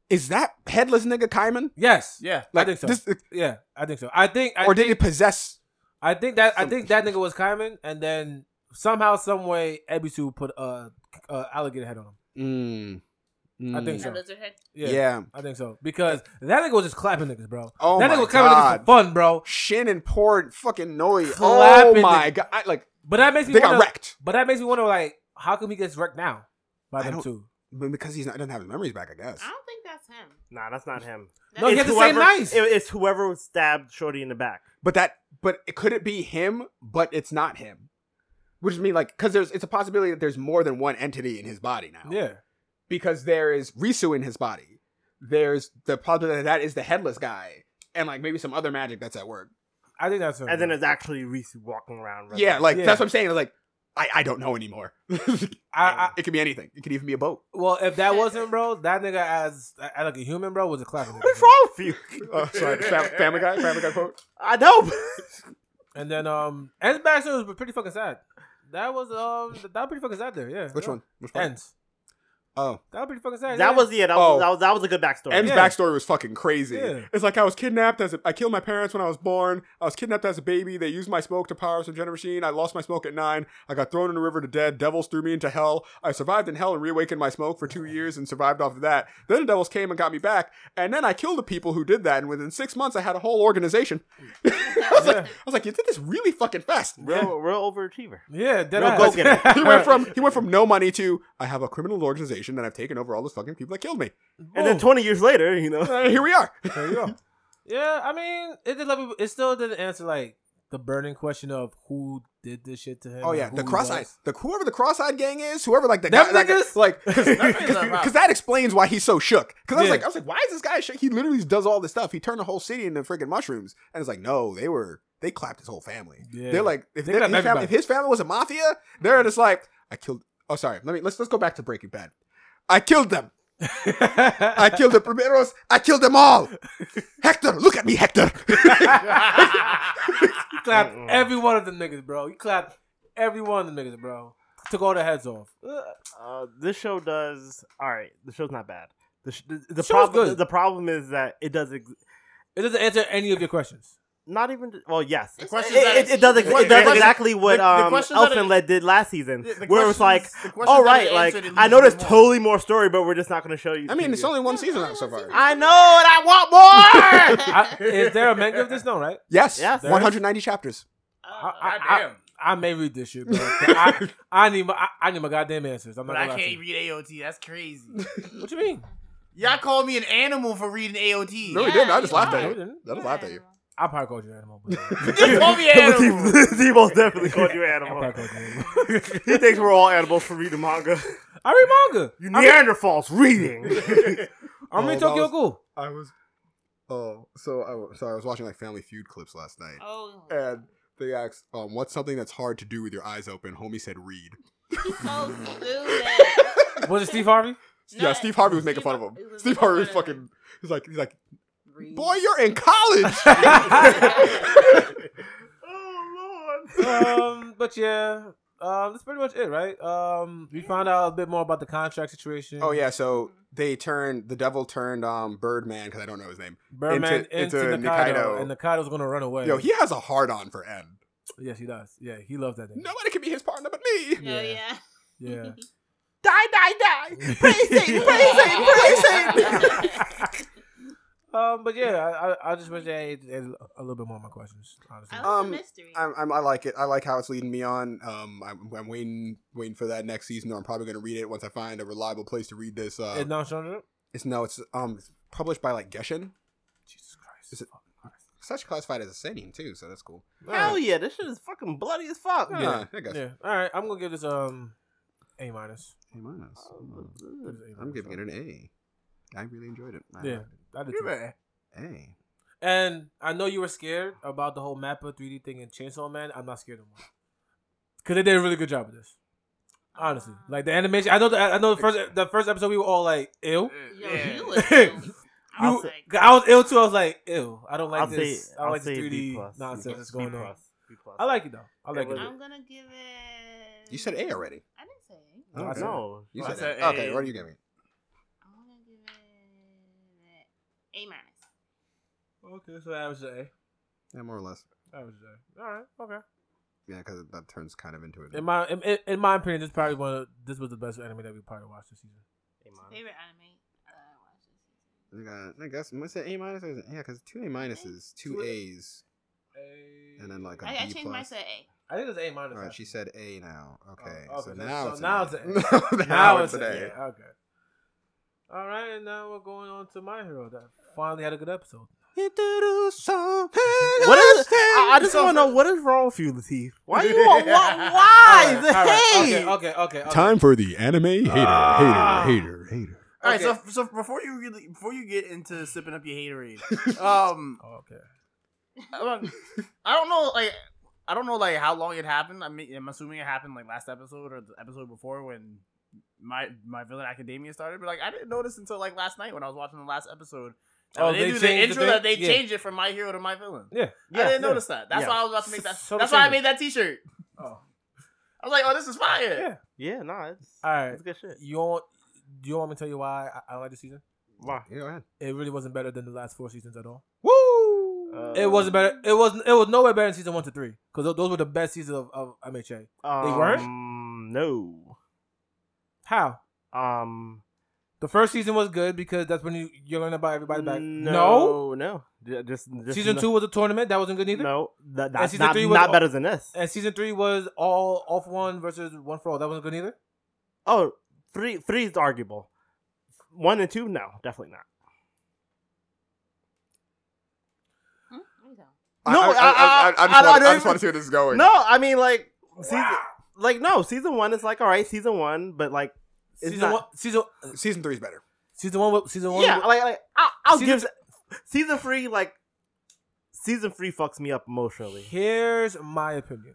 Speaker 1: Is that headless nigga Kaiman?
Speaker 2: Yes.
Speaker 5: Yeah.
Speaker 2: I think so.
Speaker 1: this-
Speaker 2: yeah, I think so. I think. I
Speaker 1: or did
Speaker 2: think,
Speaker 1: he possess?
Speaker 2: I think that I think that nigga was Kaiman, and then somehow, some way, Ebisu put a, a alligator head on him.
Speaker 1: Mm.
Speaker 2: I think
Speaker 1: Mm.
Speaker 2: so.
Speaker 4: A lizard head.
Speaker 1: Yeah.
Speaker 2: Yeah, I think so because that nigga was just clapping niggas, bro.
Speaker 1: Oh
Speaker 2: that
Speaker 1: my
Speaker 2: nigga was clapping niggas for
Speaker 1: God.
Speaker 2: fun, bro.
Speaker 1: Shannon poured fucking Noi. Oh
Speaker 2: Clapping
Speaker 1: my
Speaker 2: niggas.
Speaker 1: god! I- like
Speaker 2: But that makes me
Speaker 1: they got
Speaker 2: wonder,
Speaker 1: wrecked,
Speaker 2: But that makes me wonder, like, how come he gets wrecked now by
Speaker 1: I
Speaker 2: them
Speaker 1: don't-
Speaker 2: two?
Speaker 1: but because he's not doesn't have his memories back, I guess.
Speaker 4: I don't think that's him.
Speaker 3: Nah, that's not him.
Speaker 2: No, he
Speaker 4: That's-
Speaker 2: had the same knife.
Speaker 3: it- it's whoever stabbed Shorty in the back.
Speaker 1: But that, but it, could it be him? But it's not him. Which means like, because there's it's a possibility that there's more than one entity in his body now.
Speaker 2: Yeah,
Speaker 1: Because there is Risu in his body. There's the possibility that that is the headless guy, and like maybe some other magic that's at work.
Speaker 2: I think that's him.
Speaker 3: And then
Speaker 2: bro.
Speaker 3: there's actually Reese walking around. running.
Speaker 1: Yeah, like
Speaker 2: Yeah.
Speaker 1: that's what I'm saying. Like, I I don't know anymore. it
Speaker 2: I, I,
Speaker 1: could be anything. It could even be a boat.
Speaker 2: well, if that wasn't bro, that nigga as, as like a human bro was a clapping. nigga,
Speaker 3: What's
Speaker 2: bro.
Speaker 3: wrong with you?
Speaker 1: Oh, sorry, Fam- Family Guy. Family Guy quote.
Speaker 3: I know.
Speaker 2: And then um, ends backstory was pretty fucking sad. That was um, that was pretty fucking sad there. Yeah.
Speaker 1: Which
Speaker 2: yeah.
Speaker 1: one? Which part?
Speaker 2: Ends.
Speaker 1: Oh,
Speaker 2: That was pretty fucking sad. yeah.
Speaker 3: that was yeah. That was,
Speaker 1: Oh.
Speaker 3: that was that was a good backstory.
Speaker 1: M's
Speaker 2: Yeah.
Speaker 1: backstory was fucking crazy.
Speaker 2: Yeah.
Speaker 1: It's like I was kidnapped as a, I killed my parents when I was born. I was kidnapped as a baby. They used my smoke to power some general machine. I lost my smoke at nine. I got thrown in the river to dead. Devils threw me into hell. I survived in hell and reawakened my smoke for two years and survived off of that. Then the devils came and got me back. And then I killed the people who did that. And within six months, I had a whole organization. I was like, I was like, you did this really fucking fast.
Speaker 3: Real, real overachiever.
Speaker 2: Yeah, dead
Speaker 3: No,
Speaker 2: ass.
Speaker 3: go get it.
Speaker 1: He went from he went from no money to I have a criminal organization and I've taken over all those fucking people that killed me.
Speaker 3: And then 20 years later, you know.
Speaker 1: And here we are.
Speaker 2: there you go. Yeah, I mean, it did. Like, it still didn't answer like the burning question of who did this shit to him.
Speaker 1: Oh
Speaker 2: and
Speaker 1: yeah,
Speaker 2: who
Speaker 1: the
Speaker 2: he
Speaker 1: cross-eyed,
Speaker 2: was.
Speaker 1: the whoever the cross-eyed gang is, whoever like the
Speaker 2: Them
Speaker 1: guy, like,
Speaker 2: niggas?
Speaker 1: like
Speaker 5: niggas are wild.
Speaker 1: because that explains why he's so shook. Because I was
Speaker 2: Yeah.
Speaker 1: like, I was like, why is this guy shook? He literally does all this stuff. He turned the whole city into freaking mushrooms, and it's like, no, they were they clapped his whole family.
Speaker 2: Yeah.
Speaker 1: They're like, if,
Speaker 2: They
Speaker 1: they-
Speaker 2: clapped
Speaker 1: his family,
Speaker 2: everybody.
Speaker 1: if his family was a mafia, they're just like, I killed. Oh, sorry. Let me let's let's go back to Breaking Bad. I killed them. I killed the primeros. I killed them all. Hector, look at me, Hector.
Speaker 3: Uh,
Speaker 2: you clapped
Speaker 3: Mm-mm.
Speaker 2: every one of them niggas, bro. You clapped every one of them niggas, bro. Took all their heads off. Ugh.
Speaker 3: Uh, this show does. All right. The show's not bad. The, sh- the, the
Speaker 2: Show's
Speaker 3: problem
Speaker 2: good.
Speaker 3: the problem is that it does ex-
Speaker 2: It doesn't answer any of your questions.
Speaker 3: not even well yes it,
Speaker 4: It's-
Speaker 5: questions
Speaker 4: it's-
Speaker 5: that
Speaker 3: it, it does ex- it does
Speaker 5: The-
Speaker 3: exactly what
Speaker 5: the
Speaker 3: um
Speaker 5: questions that
Speaker 3: Elfin
Speaker 5: it-
Speaker 3: Led did last season
Speaker 5: The- the
Speaker 3: where it was like
Speaker 5: questions- the questions
Speaker 3: all
Speaker 5: that
Speaker 3: right
Speaker 5: it
Speaker 3: like
Speaker 5: answered, it
Speaker 3: I know
Speaker 5: leaves
Speaker 3: there's
Speaker 5: you more.
Speaker 3: totally more story but we're just not going to show you
Speaker 1: I mean, it's
Speaker 3: to you.
Speaker 1: only one season out so far.
Speaker 3: I know and I want more
Speaker 2: I, is there a manga of this? No, right?
Speaker 1: Yes,
Speaker 3: Yes.
Speaker 1: 190 chapters.
Speaker 2: I-
Speaker 5: God damn.
Speaker 2: I may read this shit, bro. I, I need my I, I need my goddamn answers. I'm not
Speaker 5: But I
Speaker 2: gonna lie to
Speaker 5: can't
Speaker 2: you.
Speaker 5: read AOT. That's crazy.
Speaker 2: What you mean?
Speaker 5: Y'all called me an animal for reading AOT.
Speaker 1: No, he didn't. I just
Speaker 4: you
Speaker 1: laughed
Speaker 2: No,
Speaker 1: at
Speaker 2: we
Speaker 1: him.
Speaker 2: didn't.
Speaker 1: I just laughed at you.
Speaker 2: I probably called you an animal. But
Speaker 5: You called me an animal.
Speaker 3: he most definitely called you
Speaker 2: I
Speaker 3: animal
Speaker 2: probably called you an animal.
Speaker 3: he thinks we're all animals for reading manga
Speaker 2: I read manga.
Speaker 3: you Neanderthals reading
Speaker 2: I'm
Speaker 1: Oh,
Speaker 2: in
Speaker 1: that
Speaker 2: Tokyo
Speaker 1: was-
Speaker 2: Ghoul.
Speaker 1: I was. Oh, so I was, sorry. I was watching like Family Feud clips last night,
Speaker 4: Oh,
Speaker 1: and they asked, um, "What's something that's hard to do with your eyes open?" Homie said, "Read."
Speaker 4: he's so stupid.
Speaker 2: Was it Steve Harvey?
Speaker 1: yeah, Steve Harvey was making fun of him.
Speaker 4: It was
Speaker 1: Steve
Speaker 4: making
Speaker 1: Harvey was
Speaker 4: fun of
Speaker 1: fucking.
Speaker 4: him.
Speaker 1: He's like, he's like,
Speaker 4: Read.
Speaker 1: boy, you're in college.
Speaker 3: Oh,
Speaker 2: um, but yeah, um, that's pretty much it, right? Um, we found out a bit more about the contract situation.
Speaker 1: oh yeah, so they turned the devil turned um Birdman because I don't know his name.
Speaker 2: Birdman
Speaker 1: Into-
Speaker 2: into,
Speaker 1: into
Speaker 2: Nikaido,
Speaker 1: Nikaido.
Speaker 2: and Nikaido's gonna run away.
Speaker 1: Yo, he has a hard on for N.
Speaker 2: yes, he does. Yeah, he loves that thing.
Speaker 1: Nobody can be his partner but me.
Speaker 4: No,
Speaker 2: Yeah.
Speaker 4: yeah.
Speaker 2: Yeah,
Speaker 3: die die die praise him
Speaker 2: um, but yeah, I, I, I just wish they had had a little bit more of my questions. Honestly,
Speaker 4: I love
Speaker 1: Um,
Speaker 4: the mystery.
Speaker 1: I'm, I'm, I like it. I like how it's leading me on. Um, I'm, I'm waiting, waiting for that next season. Or I'm probably gonna read it once I find a reliable place to read this. Uh,
Speaker 2: It's not showing up.
Speaker 1: it's no, it's um it's published by like Geshin.
Speaker 2: Jesus Christ!
Speaker 1: Is it- It's actually classified as a seinen too, so that's cool.
Speaker 3: hell yeah this shit is fucking bloody as fuck
Speaker 1: Yeah,
Speaker 2: Yeah.
Speaker 1: I guess.
Speaker 2: Yeah. All right, I'm gonna give this um a minus.
Speaker 1: A minus.
Speaker 2: Oh,
Speaker 1: Mm.
Speaker 2: Give this A
Speaker 1: I'm
Speaker 2: minus.
Speaker 1: giving it an A. I really enjoyed it. I
Speaker 2: Yeah.
Speaker 1: liked
Speaker 2: I did too.
Speaker 1: it. A.
Speaker 2: And I know you were scared about the whole Mappa 3D thing and Chainsaw Man. I'm not scared anymore. Cause they did a really good job with this. Honestly,
Speaker 4: Uh,
Speaker 2: like the animation. I know. The, I know the first the first episode we were all like ill.
Speaker 4: Yo,
Speaker 5: uh, Yeah.
Speaker 4: you was so- I
Speaker 2: You,
Speaker 4: was like,
Speaker 2: I was ill too. I was like ill. I don't like
Speaker 3: I'll
Speaker 2: this.
Speaker 3: say
Speaker 2: I don't
Speaker 3: I'll
Speaker 2: like
Speaker 3: say
Speaker 2: this
Speaker 3: a
Speaker 2: 3D
Speaker 3: B plus.
Speaker 2: nonsense
Speaker 3: B
Speaker 2: that's going on.
Speaker 3: plus. B plus.
Speaker 2: I like it though. I like
Speaker 3: It
Speaker 2: it.
Speaker 3: was-
Speaker 4: I'm gonna give it.
Speaker 1: You said A already.
Speaker 4: I didn't say. A.
Speaker 2: No, I
Speaker 1: Okay.
Speaker 2: said-
Speaker 3: No,
Speaker 1: You
Speaker 5: I
Speaker 1: said
Speaker 5: said
Speaker 1: A.
Speaker 5: A.
Speaker 1: Okay, what are you giving?
Speaker 4: I'm gonna give it. A minus.
Speaker 2: Okay, so average A.
Speaker 1: Yeah, more or less.
Speaker 2: Average A. All right. Okay.
Speaker 1: Yeah, because that turns kind of into it.
Speaker 2: In my in, in- in my opinion, this probably one. Of, this was the best anime that we probably watched this season.
Speaker 4: Favorite anime. Uh, I watched this season.
Speaker 1: I got- I guess what's it A minus? Or is it- Yeah, because two A minuses, two
Speaker 2: Two A-
Speaker 1: A's,
Speaker 2: A.
Speaker 1: and then like a
Speaker 4: I, I
Speaker 1: B
Speaker 4: changed
Speaker 1: plus.
Speaker 4: mine to A.
Speaker 2: I think it's A minus.
Speaker 1: All right,
Speaker 2: actually.
Speaker 1: she said A now. Okay,
Speaker 2: Oh,
Speaker 1: so
Speaker 2: okay,
Speaker 1: now
Speaker 2: so
Speaker 1: it's
Speaker 2: now
Speaker 1: an
Speaker 2: it's
Speaker 1: A. now, it's
Speaker 2: a-
Speaker 1: an A.
Speaker 2: yeah, okay. All right, and now we're going on to My Hero that finally had a good episode.
Speaker 3: What is? I, I just want to know what is wrong with you, Latif. Why you? want- why?
Speaker 2: All
Speaker 3: Why
Speaker 2: right,
Speaker 3: the
Speaker 2: all right,
Speaker 3: hate?
Speaker 2: Okay, okay, okay. okay.
Speaker 1: Time for the anime hater,
Speaker 2: Ah.
Speaker 1: hater, hater, hater.
Speaker 5: uh, All right,
Speaker 2: Okay.
Speaker 5: so so before you really before you get into sipping up your haterade, um,
Speaker 2: Oh, okay.
Speaker 5: I don't- I don't know, like I don't know, like how long it happened. I mean, I'm assuming it happened like last episode or the episode before when my my villain academia started. But like, I didn't notice until like last night when I was watching the last episode.
Speaker 2: Oh,
Speaker 5: Oh, they,
Speaker 2: they
Speaker 5: do the
Speaker 2: changed the
Speaker 5: intro that they
Speaker 2: thing? Yeah.
Speaker 5: changed it from my hero to my villain.
Speaker 2: Yeah,
Speaker 5: I didn't
Speaker 2: yeah.
Speaker 5: notice that. That's
Speaker 2: Yeah.
Speaker 5: why I was about to make that.
Speaker 2: So
Speaker 5: that's why I
Speaker 2: changes.
Speaker 5: made that T-shirt.
Speaker 2: Oh,
Speaker 5: I was like, oh, this is fire.
Speaker 2: yeah.
Speaker 3: Yeah, nah, it's,
Speaker 2: All right.
Speaker 3: it's good shit.
Speaker 2: You want? Do you want me to tell you why I, I don't like this season?
Speaker 3: Why?
Speaker 1: Yeah, go ahead.
Speaker 2: It really wasn't better than the last four seasons at all. Uh,
Speaker 1: Woo!
Speaker 2: It wasn't better. It was. It was nowhere better than season one to three because those were the best seasons of, of MHA.
Speaker 3: Um,
Speaker 2: weren't?
Speaker 3: No.
Speaker 2: How?
Speaker 3: Um.
Speaker 2: The first season was good because that's when you you learn about everybody back. No.
Speaker 3: No. No. Ju- Just, just
Speaker 2: Season
Speaker 3: no-
Speaker 2: two was a tournament that wasn't good either.
Speaker 3: No, that, that's
Speaker 2: season
Speaker 3: not,
Speaker 2: three was
Speaker 3: not
Speaker 2: all-
Speaker 3: better than this.
Speaker 2: And season three was all off one versus one for all. That wasn't good either.
Speaker 3: Oh, three three is arguable. One and two, no, definitely not.
Speaker 4: Hmm? There you go.
Speaker 3: No,
Speaker 1: I, I, I, I, I,
Speaker 3: I-
Speaker 1: just
Speaker 3: I-
Speaker 1: want,
Speaker 3: I-
Speaker 1: I just want to see where this is going.
Speaker 3: No, I mean like season, like no, season one is like all right, season one, but like It's
Speaker 2: Season
Speaker 3: not-
Speaker 2: one. Season
Speaker 1: Season three is better.
Speaker 2: season one. wa- Season one.
Speaker 3: yeah,
Speaker 2: wa-
Speaker 3: like, like I, I'll
Speaker 2: Season
Speaker 3: give season three like season three fucks me up emotionally.
Speaker 2: Here's my opinion.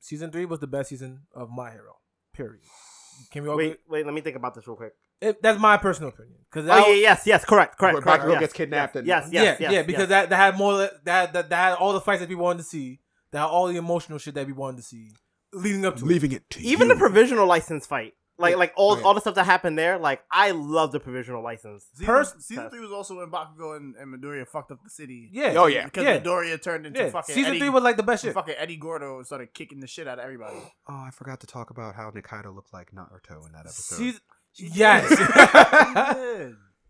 Speaker 2: Season three was the best season of My Hero. Period. Can we all?
Speaker 3: Wait,
Speaker 2: agree?
Speaker 3: wait, let me think about this real quick.
Speaker 2: It, that's my personal opinion. Because
Speaker 3: oh yeah, yes, yes, correct, correct,
Speaker 1: Where
Speaker 3: correct.
Speaker 1: Bakugo
Speaker 3: yes,
Speaker 1: gets kidnapped
Speaker 3: yes,
Speaker 1: and-
Speaker 3: yes, yes,
Speaker 2: yeah,
Speaker 3: yes,
Speaker 2: yeah, because
Speaker 3: yes.
Speaker 2: that that had more that that that had all the fights that we wanted to see. That had all the emotional shit that we wanted to see leading up to. it.
Speaker 1: Leaving it to
Speaker 3: even the provisional license fight, like
Speaker 2: Yeah.
Speaker 3: like all
Speaker 1: Oh, yeah.
Speaker 3: all the stuff that happened there, like I love the provisional license.
Speaker 5: Season,
Speaker 2: Pers-
Speaker 5: season three was also when Bakugo and, and Midoriya fucked up the city.
Speaker 2: Yeah.
Speaker 1: Oh, yeah.
Speaker 5: because
Speaker 2: Yeah.
Speaker 5: Midoriya turned into
Speaker 2: Yeah.
Speaker 5: fucking
Speaker 2: Season
Speaker 5: Eddie,
Speaker 2: three was like the best shit.
Speaker 5: fucking Eddie Gordo and started kicking the shit out of everybody.
Speaker 1: Oh, I forgot to talk about how Nikaido looked like Naruto in that episode.
Speaker 2: Season,
Speaker 5: She
Speaker 2: yes.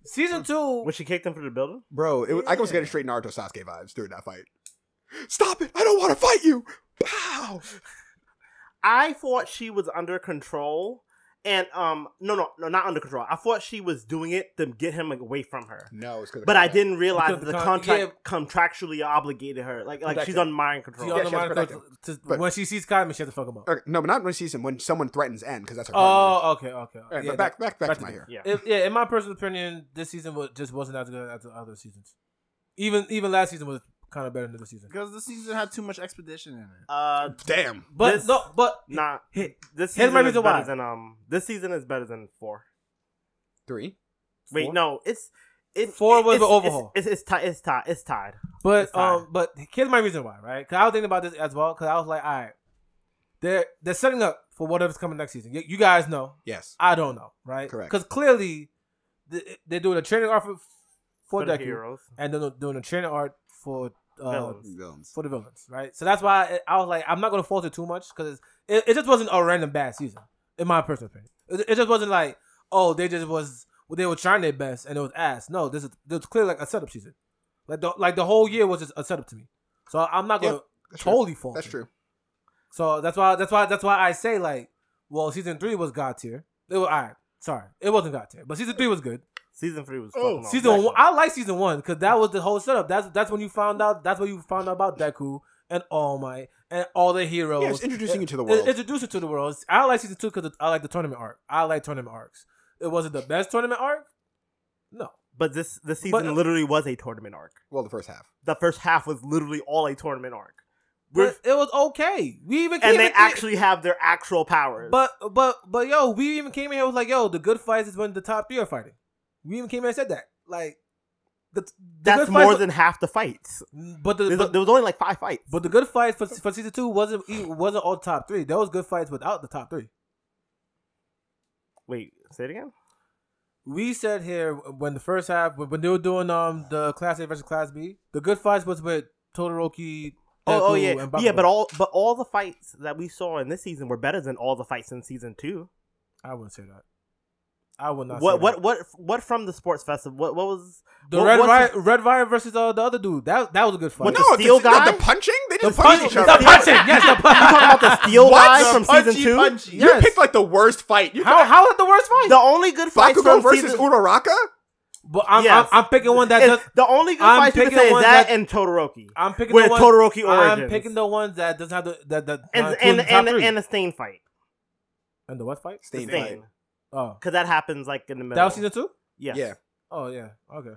Speaker 2: season two.
Speaker 3: When she kicked him from the building,
Speaker 1: Bro, it was, I was getting straight Naruto Sasuke vibes during that fight. Stop it! I don't want to fight you. Pow!
Speaker 3: I thought she was under control. And um no no no not under control. I thought she was doing it to get him away from her.
Speaker 1: No, it's because.
Speaker 3: But I didn't realize
Speaker 2: Because
Speaker 3: that
Speaker 2: the
Speaker 3: the
Speaker 2: con-
Speaker 3: contract contractually obligated her. Like like she's
Speaker 1: Protection.
Speaker 3: on mind
Speaker 2: She
Speaker 3: control.
Speaker 1: Yeah,
Speaker 2: also
Speaker 1: she has
Speaker 2: wanted
Speaker 1: protection.
Speaker 2: to- to-
Speaker 1: But-
Speaker 2: when she sees Kaiman, she has to fuck him up.
Speaker 1: Okay, no, but not when season when someone threatens N because that's her. partner.
Speaker 2: Oh, okay, okay.
Speaker 1: All right,
Speaker 2: Yeah,
Speaker 1: but back, back, back,
Speaker 2: back
Speaker 1: to my
Speaker 2: to the-
Speaker 1: hair.
Speaker 3: yeah.
Speaker 2: that- if- yeah, in my personal opinion, this season was, just wasn't as good as the other seasons. Even even last season was kind of better than this season.
Speaker 5: Because the season had too much expedition in it.
Speaker 3: Uh
Speaker 1: Damn.
Speaker 2: But
Speaker 3: This-
Speaker 2: no, but
Speaker 3: nah.
Speaker 2: hit.
Speaker 3: This
Speaker 2: Here's
Speaker 3: season
Speaker 2: my
Speaker 3: is
Speaker 2: reason
Speaker 3: better
Speaker 2: why.
Speaker 3: than um this season is better than four.
Speaker 1: Three.
Speaker 3: Wait,
Speaker 2: Four?
Speaker 3: no, it's it,
Speaker 2: Four
Speaker 3: it-
Speaker 2: was
Speaker 3: it's-
Speaker 2: the overhaul.
Speaker 3: It's it's, it's, ti- it's tied it's tied. It's
Speaker 2: But
Speaker 3: fine.
Speaker 2: um, but here's my reason why, right? Because I was thinking about this as well. Because I was like, all right, they're they're setting up for whatever's coming next season. You, you guys know,
Speaker 1: Yes.
Speaker 2: I don't know, right?
Speaker 1: Correct.
Speaker 2: Because clearly, th- they're doing a training art for for
Speaker 3: For the
Speaker 2: Deku,
Speaker 3: heroes.
Speaker 2: and then they're doing a training art for uh,
Speaker 3: Villains.
Speaker 1: Villains.
Speaker 2: for the villains, right? So that's why I, I was like, I'm not gonna fault it too much because it, it just wasn't a random bad season, in my personal opinion. It, it just wasn't like, oh, they just was well, they were trying their best and it was ass. No, this is this was clearly like a setup season. Like the like the whole year was just a setup to me. So I'm not gonna
Speaker 1: That's true.
Speaker 2: totally fault.
Speaker 1: That's
Speaker 2: it.
Speaker 1: true.
Speaker 2: So that's why that's why that's why I say like, well, season three was god tier. It was alright. Sorry, it wasn't god tier, but season three was good.
Speaker 3: Season three was
Speaker 5: Oh,
Speaker 3: fucking
Speaker 2: Season
Speaker 3: awesome.
Speaker 2: one, I like season one because that was the whole setup. That's that's when you found out. That's when you found out about Deku and All Might and all the heroes.
Speaker 1: Yeah, it's introducing you to the
Speaker 2: It-
Speaker 1: world.
Speaker 2: introduce it to the world. I like season two because I like the tournament arc. I like tournament arcs. It wasn't the best tournament arc. No,
Speaker 3: But this this
Speaker 2: But- uh,
Speaker 3: season literally was a tournament arc.
Speaker 1: well, the first half.
Speaker 3: The first half was literally all a tournament arc. We're-
Speaker 2: but it was okay. We even came
Speaker 3: and they
Speaker 2: in-
Speaker 3: actually have their actual powers.
Speaker 2: But but but yo, we even came in here was like, yo, the good fights is when the top three are fighting. We even came in and said that. Like the, the
Speaker 3: that's
Speaker 2: good fights-
Speaker 3: more than half the fights.
Speaker 2: but the
Speaker 3: There's-
Speaker 2: but,
Speaker 3: there was only like five fights.
Speaker 2: but the good fights for, for season two wasn't e- wasn't all top three. There was good fights without the top three.
Speaker 3: Wait, say it again.
Speaker 2: we said here when the first half when, when they were doing um the Class A versus Class B, the good fights was with Todoroki.
Speaker 3: Oh, oh
Speaker 2: Deku,
Speaker 3: yeah,
Speaker 2: and Bakugo.
Speaker 3: yeah. But all but all the fights that we saw in this season were better than all the fights in season two.
Speaker 2: I wouldn't say that. I would not.
Speaker 3: What
Speaker 2: say
Speaker 3: what
Speaker 2: that.
Speaker 3: what what from the sports festival? What what was
Speaker 2: the
Speaker 3: what-
Speaker 2: Red
Speaker 3: what's
Speaker 2: Riot, Red Riot versus uh, the other dude? That that was a good fight.
Speaker 3: What
Speaker 1: no,
Speaker 3: the steel
Speaker 1: the, not
Speaker 3: guy?
Speaker 1: the punching? They
Speaker 2: the
Speaker 1: just
Speaker 2: punch,
Speaker 1: punched each
Speaker 2: the
Speaker 1: other.
Speaker 2: punching, yes, the punch.
Speaker 3: you talking about the steel
Speaker 1: What?
Speaker 3: guy
Speaker 1: The
Speaker 3: from
Speaker 5: punchy,
Speaker 3: season two?
Speaker 5: punchy.
Speaker 1: You picked like the worst fight. You
Speaker 2: How how is the worst fight?
Speaker 3: The only good fight
Speaker 1: Bakugo
Speaker 3: from
Speaker 1: versus
Speaker 3: season
Speaker 1: Uraraka?
Speaker 2: but I'm,
Speaker 3: Yes.
Speaker 2: I'm I'm picking one that
Speaker 3: is-
Speaker 2: does,
Speaker 3: the only good
Speaker 2: I'm
Speaker 3: fight you can
Speaker 2: picking
Speaker 3: say is
Speaker 2: one
Speaker 3: that,
Speaker 2: that-
Speaker 3: and Todoroki
Speaker 2: I'm picking
Speaker 3: with
Speaker 2: the ones,
Speaker 3: Todoroki origins.
Speaker 2: I'm picking the ones that doesn't have the that that
Speaker 3: and
Speaker 2: not including
Speaker 3: and
Speaker 2: the top
Speaker 3: and,
Speaker 2: three.
Speaker 3: and the Stain fight.
Speaker 2: And the what fight?
Speaker 1: Stain
Speaker 3: Stain,
Speaker 2: Oh,
Speaker 3: because that happens like in the middle.
Speaker 2: that was season two.
Speaker 3: Yes.
Speaker 1: Yeah.
Speaker 2: Oh yeah, okay.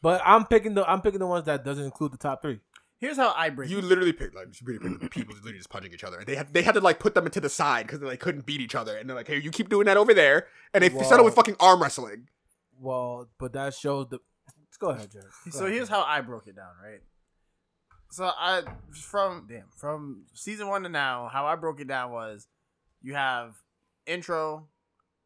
Speaker 2: But I'm picking the I'm picking the ones that doesn't include the top three.
Speaker 6: Here's how I break.
Speaker 1: You
Speaker 6: it.
Speaker 1: literally picked like you really picked people literally just punching each other. And they had they had to like put them into the side because they like couldn't beat each other. And they're like, hey, you keep doing that over there. And they
Speaker 2: Whoa.
Speaker 1: settled with fucking arm wrestling.
Speaker 2: Well, but that shows the. Let's go ahead, Jared. Go
Speaker 6: So
Speaker 2: ahead.
Speaker 6: here's how I broke it down, right?
Speaker 5: So I from damn from season one to now, how I broke it down was you have intro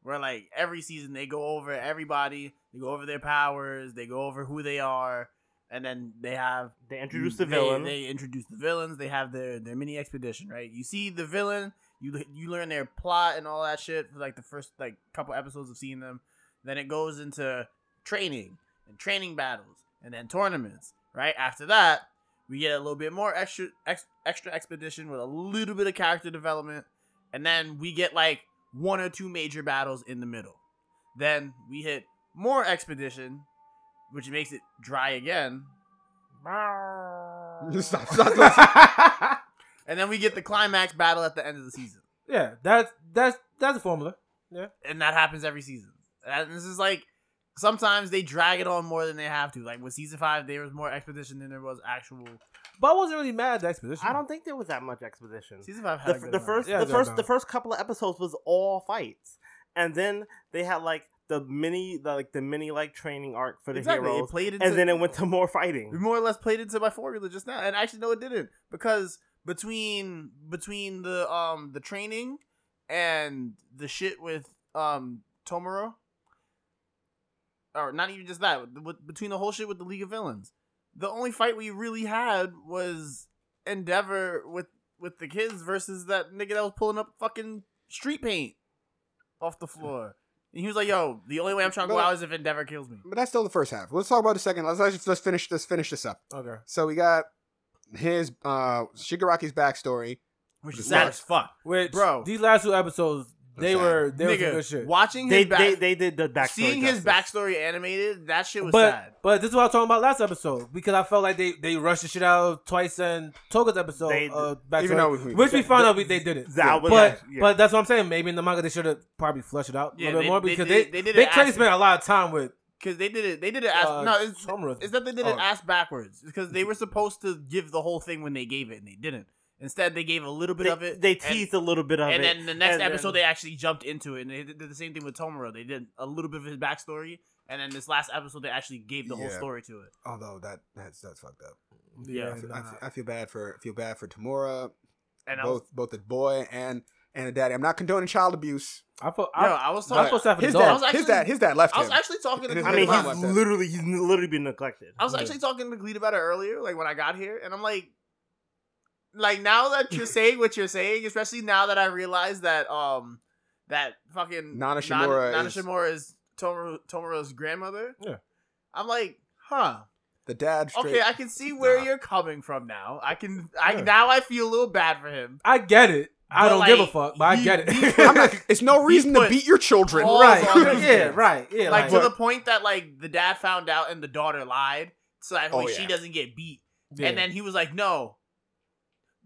Speaker 5: where like every season they go over everybody, they go over their powers, they go over who they are, and then they have
Speaker 3: They introduced the
Speaker 5: they-
Speaker 3: villain.
Speaker 5: They, introduce the villains. They have their their mini expedition, right? You see the villain. You you learn their plot and all that shit for like the first like couple episodes of seeing them. Then it goes into training and training battles and then tournaments. Right after that, we get a little bit more extra ex, extra expedition with a little bit of character development, and then we get like one or two major battles in the middle. Then we hit more expedition, which makes it dry again
Speaker 1: stop, stop, stop, stop.
Speaker 5: and then we get the climax battle at the end of the season,
Speaker 2: yeah, that's that's that's a formula.
Speaker 5: and that happens every season. And this is like sometimes they drag it on more than they have to. Like with season five, there was more exposition than there was actual
Speaker 2: But I wasn't really mad at the expedition.
Speaker 3: I don't think there was that much exposition.
Speaker 5: season five.
Speaker 3: the,
Speaker 5: Had a
Speaker 3: f-
Speaker 5: good
Speaker 3: the
Speaker 5: amount.
Speaker 3: first
Speaker 2: Yeah,
Speaker 3: the
Speaker 2: good
Speaker 3: first the
Speaker 2: amount.
Speaker 3: first couple of episodes was all fights and then they had like the mini the, like the mini like training arc for the
Speaker 5: exactly. It
Speaker 3: heroes
Speaker 5: played into,
Speaker 3: and then it went to more
Speaker 5: we
Speaker 3: fighting
Speaker 5: more or less played into my formula just now. And actually, no, it didn't because between between the um the training and the shit with um Tomoro, or not even just that, with, between the whole shit with the League of Villains, the only fight we really had was Endeavor with with the kids versus that nigga that was pulling up fucking street paint off the floor. And he was like, "Yo, the only way I'm trying to go out is if Endeavor kills me."
Speaker 1: But that's still the first half. Let's talk about the second. Let's let's, let's finish let's finish this up.
Speaker 2: Okay.
Speaker 1: So we got his uh Shigaraki's backstory.
Speaker 5: Which is
Speaker 1: Just
Speaker 5: sad
Speaker 1: sucks.
Speaker 5: as fuck.
Speaker 2: Wait,
Speaker 5: Bro.
Speaker 2: These last two episodes, they
Speaker 1: sad.
Speaker 2: were they were
Speaker 5: Nigga,
Speaker 2: some good shit.
Speaker 5: Watching
Speaker 3: they,
Speaker 5: his back,
Speaker 3: they they did the backstory
Speaker 5: seeing his
Speaker 3: justice.
Speaker 5: backstory animated, that shit was
Speaker 2: but
Speaker 5: sad.
Speaker 2: but this is what I was talking about last episode because I felt like they they rushed the shit out of twice and Toga's episode
Speaker 3: They-
Speaker 2: uh, back
Speaker 1: even
Speaker 2: to-
Speaker 1: though we-
Speaker 2: which we
Speaker 1: that-
Speaker 2: found out we, they didn't.
Speaker 3: that was
Speaker 2: But
Speaker 3: yeah.
Speaker 2: but that's what I'm saying. Maybe in the manga they should have probably flushed it out a
Speaker 5: Yeah,
Speaker 2: little
Speaker 5: they-
Speaker 2: bit more
Speaker 5: they
Speaker 2: because
Speaker 5: did-
Speaker 2: they
Speaker 5: they
Speaker 2: they,
Speaker 5: did
Speaker 2: they
Speaker 5: it
Speaker 2: clearly
Speaker 5: after-
Speaker 2: spent a lot of time with
Speaker 5: Cause they did it. They did it as
Speaker 2: uh,
Speaker 5: no. It's,
Speaker 2: Tomura.
Speaker 5: it's that they did it
Speaker 2: Oh.
Speaker 5: ass backwards because they were supposed to give the whole thing when they gave it and they didn't. Instead, they gave a little bit
Speaker 3: they,
Speaker 5: of it.
Speaker 3: they
Speaker 5: and-
Speaker 3: teased a little bit of
Speaker 5: And,
Speaker 3: it
Speaker 5: then the next
Speaker 3: and
Speaker 5: episode,
Speaker 3: then-
Speaker 5: they actually jumped into it and they did the same thing with Tomoro. They did a little bit of his backstory, and then this last episode, they actually gave the whole
Speaker 1: Yeah.
Speaker 5: story to it.
Speaker 1: Although that that's that's fucked up.
Speaker 5: Yeah,
Speaker 1: I feel, I
Speaker 2: nah.
Speaker 1: feel- I feel bad for I feel bad for Tamura,
Speaker 5: And I was,
Speaker 1: both both the boy and and the daddy. I'm not condoning child abuse.
Speaker 2: I felt
Speaker 5: yo,
Speaker 2: I,
Speaker 5: I was
Speaker 2: I'm
Speaker 1: but
Speaker 5: talking.
Speaker 2: supposed to have a
Speaker 1: his
Speaker 2: dog.
Speaker 5: I
Speaker 1: dad,
Speaker 5: was
Speaker 1: his
Speaker 5: actually-
Speaker 1: dad, his dad left
Speaker 5: I was
Speaker 1: him.
Speaker 5: actually talking to
Speaker 1: I
Speaker 5: Glee
Speaker 3: I
Speaker 1: his mom
Speaker 3: mean,
Speaker 5: about
Speaker 1: left
Speaker 3: he's
Speaker 1: him.
Speaker 3: literally he's literally been neglected.
Speaker 5: I was
Speaker 2: Yeah.
Speaker 5: actually talking to Gleet about it earlier, like when I got here, and I'm like, like now that you're saying what you're saying, especially now that I realize that um that fucking
Speaker 1: Nana
Speaker 5: Nan-
Speaker 1: Shimura
Speaker 5: Nana
Speaker 1: is-
Speaker 5: Shimura is Tomaru, Tomaru's grandmother.
Speaker 2: Yeah.
Speaker 5: I'm like, huh?
Speaker 1: The dad straight.
Speaker 5: Okay, I can see where
Speaker 1: Nah.
Speaker 5: you're coming from now. I can, I
Speaker 2: Yeah.
Speaker 5: now I feel a little bad for him.
Speaker 2: I get it. I
Speaker 5: But,
Speaker 2: don't give a
Speaker 5: like,
Speaker 2: fuck, but I
Speaker 5: he-
Speaker 2: get it.
Speaker 5: he-
Speaker 1: I'm not, it's no
Speaker 5: He
Speaker 1: reason to
Speaker 5: put
Speaker 1: beat your children.
Speaker 5: all-
Speaker 2: right.
Speaker 5: balls on his
Speaker 2: yeah.
Speaker 5: hands.
Speaker 2: Right. Yeah.
Speaker 5: like
Speaker 2: Like,
Speaker 5: to the point that like the dad found out and the daughter lied, so that way
Speaker 1: Oh,
Speaker 5: she
Speaker 1: yeah.
Speaker 5: doesn't get beat.
Speaker 2: yeah.
Speaker 5: And then he was like, "No,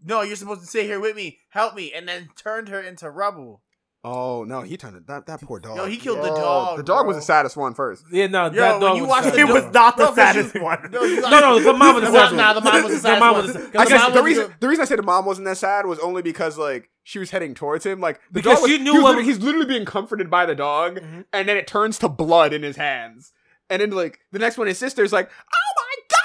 Speaker 5: no, you're supposed to stay here with me. Help me." And then turned her into rubble.
Speaker 1: Oh no, he turned it. That that poor dog.
Speaker 5: Yo, he killed the
Speaker 1: Oh,
Speaker 5: dog,
Speaker 1: The dog was
Speaker 5: bro.
Speaker 1: the saddest one first.
Speaker 2: yeah. No.
Speaker 5: Yo,
Speaker 2: that
Speaker 5: when
Speaker 2: dog
Speaker 5: you
Speaker 2: was
Speaker 5: watch
Speaker 2: sad.
Speaker 5: the
Speaker 3: It
Speaker 5: dog-
Speaker 3: was not the
Speaker 5: No, 'cause you-
Speaker 3: saddest one.
Speaker 5: No, you
Speaker 2: No, no, the mom was the
Speaker 5: Nah,
Speaker 2: saddest
Speaker 5: nah,
Speaker 2: one.
Speaker 5: the mom was the saddest
Speaker 2: mom
Speaker 5: one.
Speaker 2: was the- 'cause
Speaker 1: I
Speaker 5: The
Speaker 1: guess
Speaker 5: mom
Speaker 1: the
Speaker 5: was
Speaker 1: reason
Speaker 5: the-
Speaker 1: the reason I said the mom wasn't that sad was only because like she was heading towards him. Like the
Speaker 2: Because
Speaker 1: dog was,
Speaker 2: she knew
Speaker 1: he was
Speaker 2: what-
Speaker 1: literally- he's literally being comforted by the dog,
Speaker 5: Mm-hmm.
Speaker 2: Mhm.
Speaker 1: and then it turns to blood in his hands. And then like the next one, his sister's like, "Oh my god!"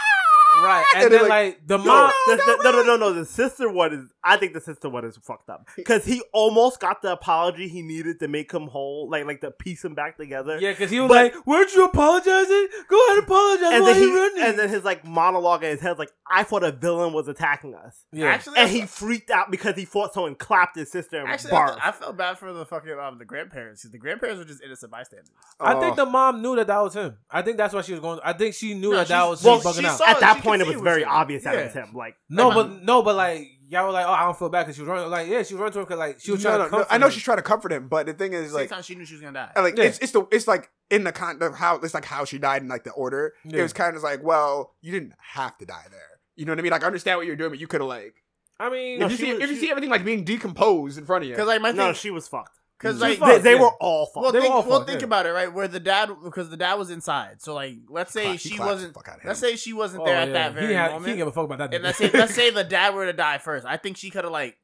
Speaker 2: right. And,
Speaker 1: And
Speaker 2: then
Speaker 1: they're
Speaker 2: like, the mom,
Speaker 3: the, the- no, no, no, no. The sister one is. I think the sister one is fucked up because he almost got the apology he needed to make him whole, like like to piece him back together.
Speaker 2: yeah, because he was
Speaker 3: But-
Speaker 2: like, "Weren't you apologizing? Go ahead, and apologize.
Speaker 3: And
Speaker 2: Why
Speaker 3: then
Speaker 2: are
Speaker 3: he,
Speaker 2: you running?"
Speaker 3: and then his like monologue in his head, like I thought a villain was attacking us,
Speaker 2: yeah.
Speaker 5: Actually,
Speaker 3: and
Speaker 5: I-
Speaker 3: he freaked out because he thought someone clapped his sister and
Speaker 5: Actually,
Speaker 3: barfed.
Speaker 5: I, I felt bad for the fucking um, the grandparents because the grandparents were just innocent bystanders.
Speaker 2: I
Speaker 1: Oh.
Speaker 2: think the mom knew that that was him. I think that's why she was going. I think she knew
Speaker 5: Oh. No,
Speaker 2: that that
Speaker 5: she-
Speaker 2: was
Speaker 5: well,
Speaker 2: him bugging
Speaker 5: she
Speaker 2: out.
Speaker 5: saw-
Speaker 3: At
Speaker 5: she
Speaker 3: that
Speaker 5: could
Speaker 3: point, it
Speaker 5: see
Speaker 3: was
Speaker 5: it was
Speaker 3: very
Speaker 5: him.
Speaker 3: obvious that it
Speaker 5: Yeah.
Speaker 3: was him. Like
Speaker 2: no,
Speaker 5: Like,
Speaker 2: but no, but like y'all were like, "Oh, I don't feel bad because she was running." Like, yeah, she was running to him because like she was
Speaker 1: no,
Speaker 2: trying to.
Speaker 1: no, no,
Speaker 2: comfort
Speaker 1: I know
Speaker 2: him.
Speaker 1: she's trying to comfort him, but the thing is,
Speaker 5: Same
Speaker 1: like,
Speaker 5: time she knew she was gonna die.
Speaker 1: And, like
Speaker 2: Yeah.
Speaker 1: it's it's the it's like in the con of how it's like how she died in like the order.
Speaker 2: Yeah.
Speaker 1: It was kind of like, well, you didn't have to die there. You know what I mean? Like I understand what you're doing, but you could have like
Speaker 2: I mean,
Speaker 1: if you see
Speaker 3: was-
Speaker 1: if you
Speaker 3: she-
Speaker 1: see everything like being decomposed in front of you.
Speaker 5: Because like my
Speaker 3: no,
Speaker 5: thing,
Speaker 3: she was fucked.
Speaker 5: because
Speaker 2: she
Speaker 5: like
Speaker 2: was
Speaker 3: They,
Speaker 2: fucked.
Speaker 3: they
Speaker 2: yeah.
Speaker 3: were all fucked.
Speaker 5: well,
Speaker 2: They were
Speaker 5: think,
Speaker 2: all
Speaker 5: well,
Speaker 2: fucked,
Speaker 5: think
Speaker 2: yeah.
Speaker 5: about it, right? Where the dad, because the dad was inside. So like, let's
Speaker 1: He
Speaker 5: say
Speaker 1: clapped- he
Speaker 5: she
Speaker 1: clapped the
Speaker 5: wasn't.
Speaker 1: fuck outta
Speaker 5: Let's
Speaker 1: him.
Speaker 5: say she wasn't
Speaker 2: Oh,
Speaker 5: there at
Speaker 2: yeah.
Speaker 5: that very
Speaker 2: he had, He didn't
Speaker 5: moment.
Speaker 2: give a fuck about that.
Speaker 5: and
Speaker 2: dude.
Speaker 5: let's say let's say the dad were to die first. I think she could have like,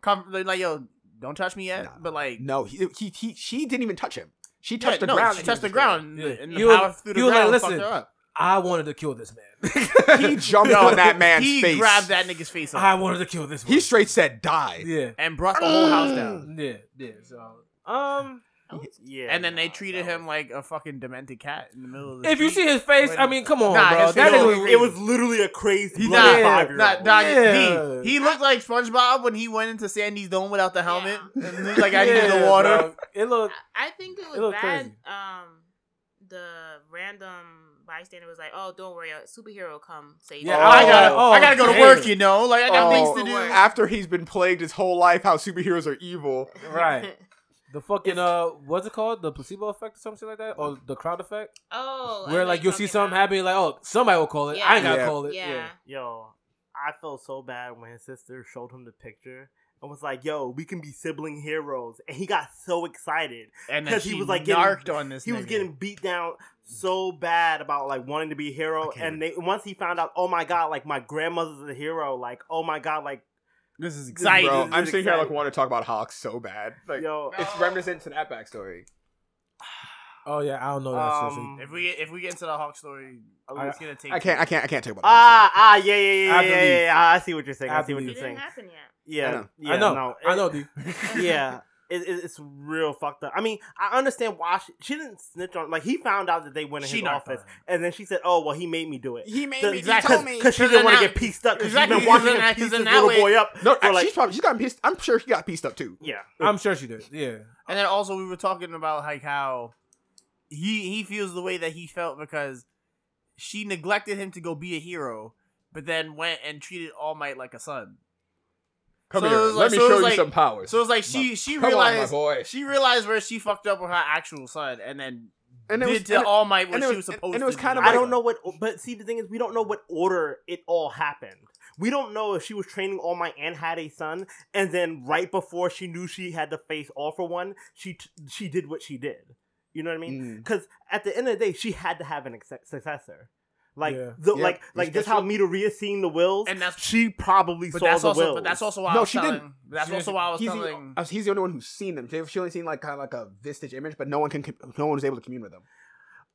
Speaker 5: come like yo, don't touch me yet.
Speaker 1: Nah.
Speaker 5: But like,
Speaker 1: no, he, he he she didn't even touch him. She
Speaker 5: yeah,
Speaker 1: touched the
Speaker 5: no,
Speaker 1: ground.
Speaker 5: She
Speaker 1: and
Speaker 5: touched
Speaker 1: he
Speaker 5: the
Speaker 1: was
Speaker 5: ground.
Speaker 2: Yeah.
Speaker 5: And the
Speaker 2: You were-
Speaker 5: power through the
Speaker 2: you were like,
Speaker 5: ground
Speaker 2: "Listen,
Speaker 5: fucked her up.
Speaker 2: I wanted to kill this man.
Speaker 1: killed. He jumped
Speaker 5: No,
Speaker 1: on that man's
Speaker 5: he
Speaker 1: face.
Speaker 5: grabbed that nigga's face
Speaker 2: I
Speaker 5: up
Speaker 2: wanted to kill this man.
Speaker 1: He straight said, "Die."
Speaker 2: yeah, Mm,
Speaker 5: and brought the whole house
Speaker 1: Mm.
Speaker 5: down.
Speaker 2: yeah, yeah. So, um,
Speaker 3: yeah,
Speaker 5: And then they
Speaker 3: nah,
Speaker 5: treated
Speaker 3: that
Speaker 5: him like a fucking demented cat in the middle of the
Speaker 2: if you see
Speaker 5: street.
Speaker 2: his face,
Speaker 5: Wait.
Speaker 2: I mean, come on,
Speaker 5: Nah,
Speaker 2: bro.
Speaker 5: his
Speaker 2: That
Speaker 5: face
Speaker 2: nigga
Speaker 5: was
Speaker 2: was
Speaker 3: was, it was literally a crazy bloody
Speaker 5: nah,
Speaker 3: five year
Speaker 5: nah,
Speaker 3: old.
Speaker 5: dog,
Speaker 2: Yeah.
Speaker 5: D, he looked like SpongeBob when he went into Sandy's Dome without the helmet. And he was like, I
Speaker 2: yeah,
Speaker 5: need the water.
Speaker 2: bro. It looked.
Speaker 4: I I think it was
Speaker 2: looked
Speaker 4: bad.
Speaker 2: crazy.
Speaker 4: Um, the random bystander was like, "Oh, don't worry, a superhero will come save
Speaker 2: Yeah,
Speaker 4: you."
Speaker 1: Oh.
Speaker 5: I gotta,
Speaker 2: oh,
Speaker 5: I gotta go to
Speaker 2: damn.
Speaker 5: work, you know. Like I got
Speaker 1: Oh,
Speaker 5: things to do.
Speaker 1: After he's been plagued his whole life, how superheroes are evil.
Speaker 2: Right. The fucking uh, what's it called? The placebo effect or something like that, or the crowd effect,
Speaker 4: oh, I know
Speaker 2: where like you'll
Speaker 4: you're
Speaker 2: see
Speaker 4: talking
Speaker 2: something
Speaker 4: about.
Speaker 2: happen, you're like, oh, somebody will call it. I ain't gotta
Speaker 1: Yeah.
Speaker 2: call it.
Speaker 4: Yeah.
Speaker 3: Yo, I felt so bad when his sister showed him the picture and was like, "Yo, we can be sibling heroes," and he got so excited.
Speaker 5: And then
Speaker 3: 'Cause he
Speaker 5: he
Speaker 3: was,
Speaker 5: was
Speaker 3: like,
Speaker 5: like
Speaker 3: getting-
Speaker 5: narked on this.
Speaker 3: He was
Speaker 5: nigga.
Speaker 3: getting beat down so bad about like wanting to be a hero,
Speaker 5: Okay.
Speaker 3: and they, once he found out, oh my god, like my grandmother's a hero, like oh my god, like
Speaker 5: This is
Speaker 3: Bro,
Speaker 5: exciting.
Speaker 1: Bro, I'm
Speaker 3: is
Speaker 1: sitting here like
Speaker 3: exciting.
Speaker 1: want to talk about Hawk so bad. Like
Speaker 3: yo,
Speaker 1: it's reminiscent to that backstory.
Speaker 2: Oh yeah, I don't know that shit.
Speaker 3: um,
Speaker 5: if we if we get into the Hawk story,
Speaker 2: I-
Speaker 5: it's gonna take.
Speaker 1: I can't I can't I can't talk about that.
Speaker 3: ah ah yeah yeah yeah
Speaker 2: I
Speaker 3: yeah, yeah,
Speaker 2: believe.
Speaker 3: yeah, yeah, I see what you're saying. I,
Speaker 2: I
Speaker 3: see what
Speaker 2: believe.
Speaker 3: you're
Speaker 4: It didn't
Speaker 3: saying.
Speaker 4: happen yet.
Speaker 3: Yeah,
Speaker 1: I know.
Speaker 3: yeah,
Speaker 2: I know,
Speaker 3: no,
Speaker 2: I
Speaker 3: it-
Speaker 2: know, dude.
Speaker 3: yeah. It, it, it's real fucked up. I mean, I understand why she, she didn't snitch on. Like he found out that they went in
Speaker 5: She
Speaker 3: his
Speaker 5: knocked
Speaker 3: office,
Speaker 5: on him.
Speaker 3: and then she said, "Oh well, he made me do it."
Speaker 1: He made
Speaker 3: Cause,
Speaker 1: me.
Speaker 5: Exactly.
Speaker 1: He told me.
Speaker 3: Cause she didn't
Speaker 5: then
Speaker 3: want
Speaker 5: now-
Speaker 3: to get pieced up. Cause
Speaker 5: Exactly,
Speaker 3: she's been
Speaker 5: because
Speaker 3: watching
Speaker 5: then
Speaker 3: him
Speaker 5: that-
Speaker 3: piece
Speaker 5: because
Speaker 3: this
Speaker 5: then that
Speaker 3: little
Speaker 5: way-
Speaker 3: boy up.
Speaker 1: No,
Speaker 3: for,
Speaker 1: actually,
Speaker 3: like-
Speaker 1: she's probably she got pissed. I'm sure he got pieced up too.
Speaker 3: Yeah,
Speaker 2: I'm sure she did. Yeah,
Speaker 5: And then also we were talking about like how he he feels the way that he felt because she neglected him to go be a hero, but then went and treated All Might like a son.
Speaker 1: Come
Speaker 5: So it
Speaker 1: here.
Speaker 5: was
Speaker 1: Let
Speaker 5: like-
Speaker 1: me
Speaker 5: so it
Speaker 1: show
Speaker 5: was
Speaker 1: you
Speaker 5: like-
Speaker 1: some powers.
Speaker 5: So it's like she she
Speaker 1: Come on, my
Speaker 5: realized
Speaker 1: boy.
Speaker 5: she realized where she fuckcked up with her actual son, and then
Speaker 1: And it
Speaker 5: did
Speaker 1: was-
Speaker 5: to
Speaker 1: and it-
Speaker 5: All Might what
Speaker 1: and it
Speaker 5: she
Speaker 1: was-
Speaker 5: was
Speaker 1: and-
Speaker 5: supposed
Speaker 1: and
Speaker 5: to.
Speaker 1: it was kind of
Speaker 5: do.
Speaker 3: I
Speaker 1: like-
Speaker 3: don't know what. But see, the thing is, we don't know what order it all happened. We don't know if she was training All Might and had a son, and then right before she knew she had to face All for One, she t- she did what she did. You know what I mean?
Speaker 1: Mm.
Speaker 3: because at the end of the day, she had to have an acce- successor. Like
Speaker 2: Yeah.
Speaker 3: the
Speaker 1: Yeah.
Speaker 3: like like just how Midoriya seen the wills,
Speaker 5: And that's-
Speaker 3: she probably
Speaker 5: But
Speaker 3: saw
Speaker 5: that's
Speaker 3: the
Speaker 5: also
Speaker 3: wills.
Speaker 5: but that's also why
Speaker 1: No,
Speaker 5: I was
Speaker 1: she
Speaker 5: telling.
Speaker 1: didn't.
Speaker 5: That's
Speaker 2: She
Speaker 5: also
Speaker 2: didn't.
Speaker 5: why I was
Speaker 1: he's
Speaker 5: telling.
Speaker 1: the, he's the only one who's seen them. They- She only seen like kind of like a vistage image, but no one can no one was able to commune with them.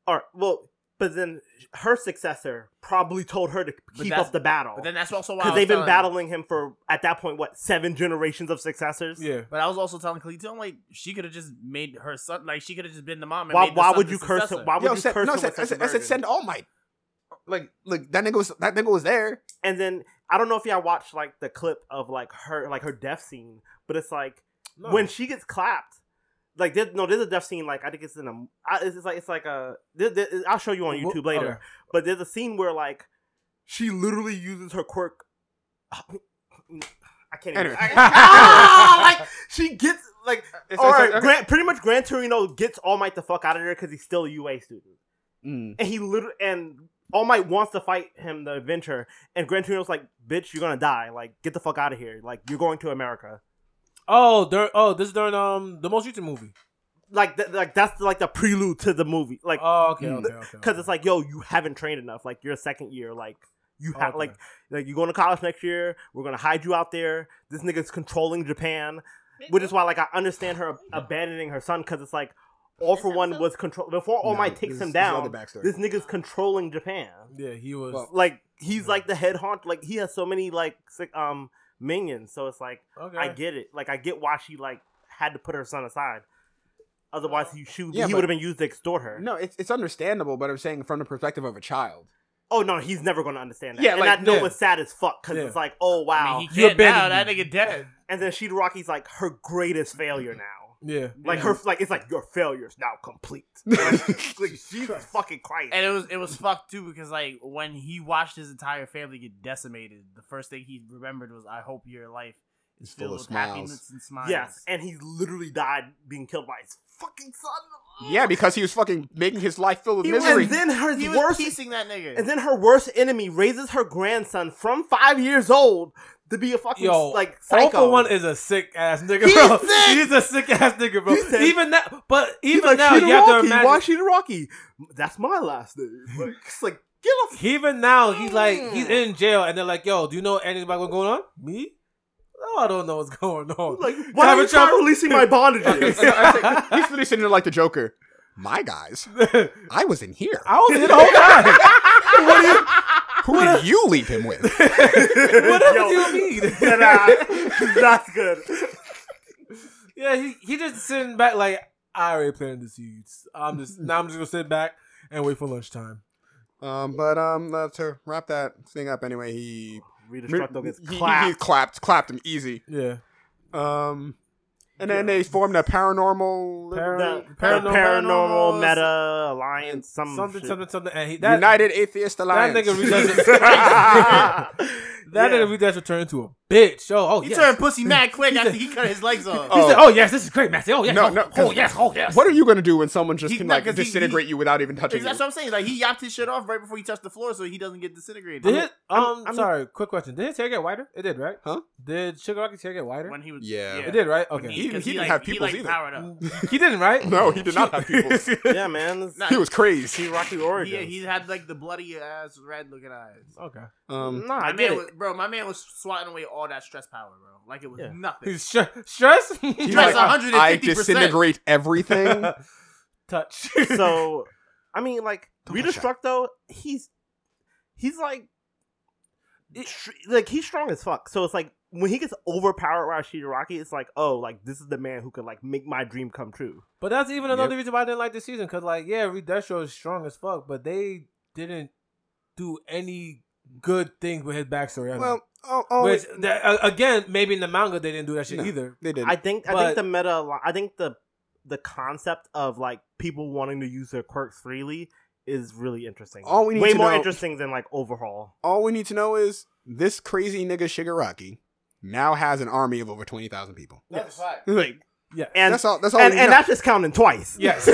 Speaker 3: All right, well, but then her successor probably told her to keep
Speaker 5: that's-
Speaker 3: up the battle
Speaker 5: But then that's also why I
Speaker 3: because
Speaker 5: was
Speaker 3: they've been
Speaker 5: telling-
Speaker 3: battling him for at that point what seven generations of successors.
Speaker 2: yeah.
Speaker 5: But I was also telling Khalid, I'm like, she could have just made her son, like, she could have just been the mom. And
Speaker 3: Why,
Speaker 5: made the
Speaker 3: why
Speaker 5: son
Speaker 3: would
Speaker 5: the
Speaker 3: you curse
Speaker 5: successor.
Speaker 3: him? Why would
Speaker 1: Yo,
Speaker 3: you
Speaker 1: said,
Speaker 3: curse
Speaker 1: no, I
Speaker 3: him?
Speaker 1: said,
Speaker 3: with
Speaker 1: I
Speaker 3: such
Speaker 1: said,
Speaker 3: a
Speaker 1: I said
Speaker 3: burden?
Speaker 1: send All Might. Like like that nigga was that nigga was there.
Speaker 3: and then I don't know if y'all watched like the clip of like her like her death scene, but it's like when she gets clapped, like there's no, there's a death scene. Like I think it's in a, I, it's it's like it's like a. There, there- I'll show you on YouTube later.
Speaker 2: Okay.
Speaker 3: But there's a scene where like she literally uses her quirk. I can't. Even,
Speaker 1: Anyway.
Speaker 3: I- ah, like she gets like.
Speaker 1: It's-
Speaker 3: all
Speaker 1: it's
Speaker 3: right,
Speaker 1: like- okay.
Speaker 3: Gran- pretty much Gran Torino gets All Might the fuck out of there because he's still a UA student,
Speaker 1: Mm.
Speaker 3: and he literally and All Might wants to fight him, the adventure, and Gran Torino's like, "Bitch, you're gonna die! Like, get the fuck out of here! Like, you're going to America."
Speaker 2: Oh, dur- oh, this is during um the most recent movie.
Speaker 3: Like, th- like that's like the prelude to the movie. Like,
Speaker 2: Oh, okay,
Speaker 1: Mm.
Speaker 2: okay, okay.
Speaker 3: because it's like, yo, you haven't trained enough. Like you're a second year. Like you have
Speaker 2: Okay.
Speaker 3: like like you're going to college next year. We're gonna hide you out there. This nigga's controlling Japan, which is why like I understand her abandoning her son because it's like all for one was control before All
Speaker 1: No,
Speaker 3: Might takes
Speaker 1: this-
Speaker 3: him
Speaker 1: this is all
Speaker 3: down.
Speaker 1: the backstory.
Speaker 3: This nigga's controlling Japan.
Speaker 2: yeah, he was.
Speaker 1: Well,
Speaker 3: Like he's like the head haunt. Like he has so many like sick, um minions. So it's like
Speaker 2: Okay.
Speaker 3: I get it. Like I get why she like had to put her son aside. Otherwise, he she,
Speaker 1: Yeah,
Speaker 3: he
Speaker 1: but-
Speaker 3: would have been used to extort her.
Speaker 1: No, it's, it's understandable, but I'm saying from the perspective of a child.
Speaker 3: Oh no, he's never going to understand that.
Speaker 1: Yeah,
Speaker 3: and
Speaker 1: like,
Speaker 3: I know
Speaker 2: yeah.
Speaker 3: it's sad as fuck because
Speaker 2: Yeah.
Speaker 3: it's like, oh wow.
Speaker 5: I mean, he
Speaker 2: You
Speaker 5: can't now. That
Speaker 2: abandoned
Speaker 5: nigga dead.
Speaker 3: and then Sheed Rocky's like her greatest
Speaker 5: Mm-hmm.
Speaker 3: failure now.
Speaker 2: Yeah.
Speaker 3: Like her, like it's like your failure's now complete. Like, like Jesus fucking Christ.
Speaker 5: And it was it was fucked too because like when he watched his entire family get decimated, the first thing he remembered was, "I hope your life is
Speaker 1: It's full
Speaker 5: filled
Speaker 1: of
Speaker 5: with
Speaker 1: smiles."
Speaker 5: happiness and smiles."
Speaker 3: yes, and he literally died being killed by his fucking son.
Speaker 1: Yeah, because he was fucking making his life filled with
Speaker 5: He was-
Speaker 1: misery.
Speaker 3: And then her
Speaker 5: he was
Speaker 3: worst,
Speaker 5: piecing that nigga.
Speaker 3: and then her worst enemy raises her grandson from five years old to be a fucking
Speaker 2: Yo,
Speaker 3: like
Speaker 2: All
Speaker 3: psycho.
Speaker 2: for one is a sick ass nigga,
Speaker 3: He's
Speaker 2: bro.
Speaker 3: sick!
Speaker 2: He's a sick ass nigga, bro.
Speaker 3: He said-
Speaker 2: even now, but
Speaker 3: He's
Speaker 2: even
Speaker 3: like,
Speaker 2: now,
Speaker 3: Sheeta
Speaker 2: you have to
Speaker 3: Rocky, Why
Speaker 2: imagine.
Speaker 3: Sheeta Rocky? That's my last name. Like, it's like get off.
Speaker 2: Even now, he's like he's in jail, and they're like, "Yo, do you know anything about what's going on?" Me? No, I don't know what's going on.
Speaker 3: Like, why
Speaker 2: have
Speaker 3: are
Speaker 2: a
Speaker 3: you trying
Speaker 2: trouble?
Speaker 3: releasing my bondages?
Speaker 1: I think he's really sitting there like the Joker. My guys, I was in here.
Speaker 2: I was in the whole time.
Speaker 1: Who did you leave him with?
Speaker 2: what else
Speaker 3: Yo.
Speaker 2: do you mean?
Speaker 3: Nah, that's good.
Speaker 2: Yeah, he, he just sitting back like I already planned this. You, I'm just now I'm just gonna sit back and wait for lunchtime.
Speaker 1: Um, but um, uh, to wrap that thing up anyway, he
Speaker 3: Redestructo gets
Speaker 1: he- he- he
Speaker 3: clapped.
Speaker 1: clapped, clapped him easy.
Speaker 2: Yeah,
Speaker 1: Um, and then they formed a paranormal
Speaker 3: The,
Speaker 2: Paran-
Speaker 3: the paranormal,
Speaker 5: paranormal-
Speaker 3: meta alliance, some
Speaker 2: something,
Speaker 3: shit.
Speaker 2: something, something, and he that
Speaker 1: United Atheist Alliance.
Speaker 2: nigga redoes it.
Speaker 3: that
Speaker 2: that nigga that just turned into a bitch. Oh, oh,
Speaker 5: he
Speaker 2: yes.
Speaker 5: turned pussy mad quick
Speaker 2: He
Speaker 5: after
Speaker 2: said-
Speaker 5: he cut his legs off.
Speaker 2: He said, "Oh yes, this is great, Matthew. Oh yes,
Speaker 1: No,
Speaker 2: oh,
Speaker 1: no, 'cause-
Speaker 5: oh yes, oh yes."
Speaker 1: What are you gonna do when someone just
Speaker 5: He-
Speaker 1: can
Speaker 5: no,
Speaker 1: like
Speaker 5: 'cause he-
Speaker 1: disintegrate
Speaker 5: he-
Speaker 1: you without even touching you?
Speaker 5: That's what I'm saying. Like he yapped his shit off right before he touched the floor, so he doesn't get disintegrated.
Speaker 2: Did it,
Speaker 1: I'm-
Speaker 2: um,
Speaker 1: I'm-
Speaker 2: sorry, quick question. Did his hair get whiter? It did, right?
Speaker 1: Huh?
Speaker 2: Did Sugar Rocket's hair get whiter?
Speaker 5: when he was
Speaker 1: Yeah.
Speaker 2: It did, right? Okay.
Speaker 1: He-
Speaker 2: He,
Speaker 5: 'cause
Speaker 1: didn't have
Speaker 5: he,
Speaker 1: pupils
Speaker 5: like,
Speaker 1: either.
Speaker 5: powered up.
Speaker 2: didn't, right?
Speaker 1: No, he did not have pupils.
Speaker 3: yeah, man. It's
Speaker 5: Nah,
Speaker 1: he was crazy.
Speaker 3: T Rocky
Speaker 5: Yeah,
Speaker 3: Origin.
Speaker 5: he had like the bloody ass, red looking eyes.
Speaker 2: okay.
Speaker 1: Um,
Speaker 3: nah,
Speaker 5: my
Speaker 3: I get
Speaker 5: man
Speaker 3: it.
Speaker 5: was, bro, my man was swatting away all that stress power, bro. Like it was
Speaker 3: Yeah.
Speaker 5: nothing.
Speaker 2: He's sh- stress.
Speaker 5: He
Speaker 1: he's
Speaker 5: was
Speaker 1: like,
Speaker 5: like
Speaker 1: I
Speaker 5: 150%.
Speaker 1: disintegrate everything.
Speaker 2: Touch.
Speaker 3: So, I mean, like
Speaker 1: touch
Speaker 3: Redestructo, he's he's like str- like he's strong as fuck. So it's like when he gets overpowered by Shida Rocky, it's like, oh, like this is the man who could like make my dream come true.
Speaker 2: But that's even another reason why I didn't like this season. Cause like, yeah, Reed Destro is strong as fuck, but they didn't do any good things with his backstory. at all.
Speaker 1: well, oh, oh
Speaker 2: which that, uh, again, maybe in the manga they didn't do that shit
Speaker 1: No.
Speaker 2: either.
Speaker 1: they did.
Speaker 3: I think I
Speaker 2: But-
Speaker 3: think the meta, li- I think the the concept of like people wanting to use their quirks freely is really interesting.
Speaker 1: All we need
Speaker 3: way
Speaker 1: to
Speaker 3: more
Speaker 1: know-
Speaker 3: interesting than like overhaul.
Speaker 1: All we need to know is this crazy nigga Shigaraki now has an army of over twenty thousand people.
Speaker 5: That's fine.
Speaker 3: Like,
Speaker 2: Yeah.
Speaker 3: and
Speaker 1: that's all. That's all.
Speaker 3: and,
Speaker 1: we
Speaker 3: and
Speaker 1: know.
Speaker 3: that's just counting twice.
Speaker 2: Yes.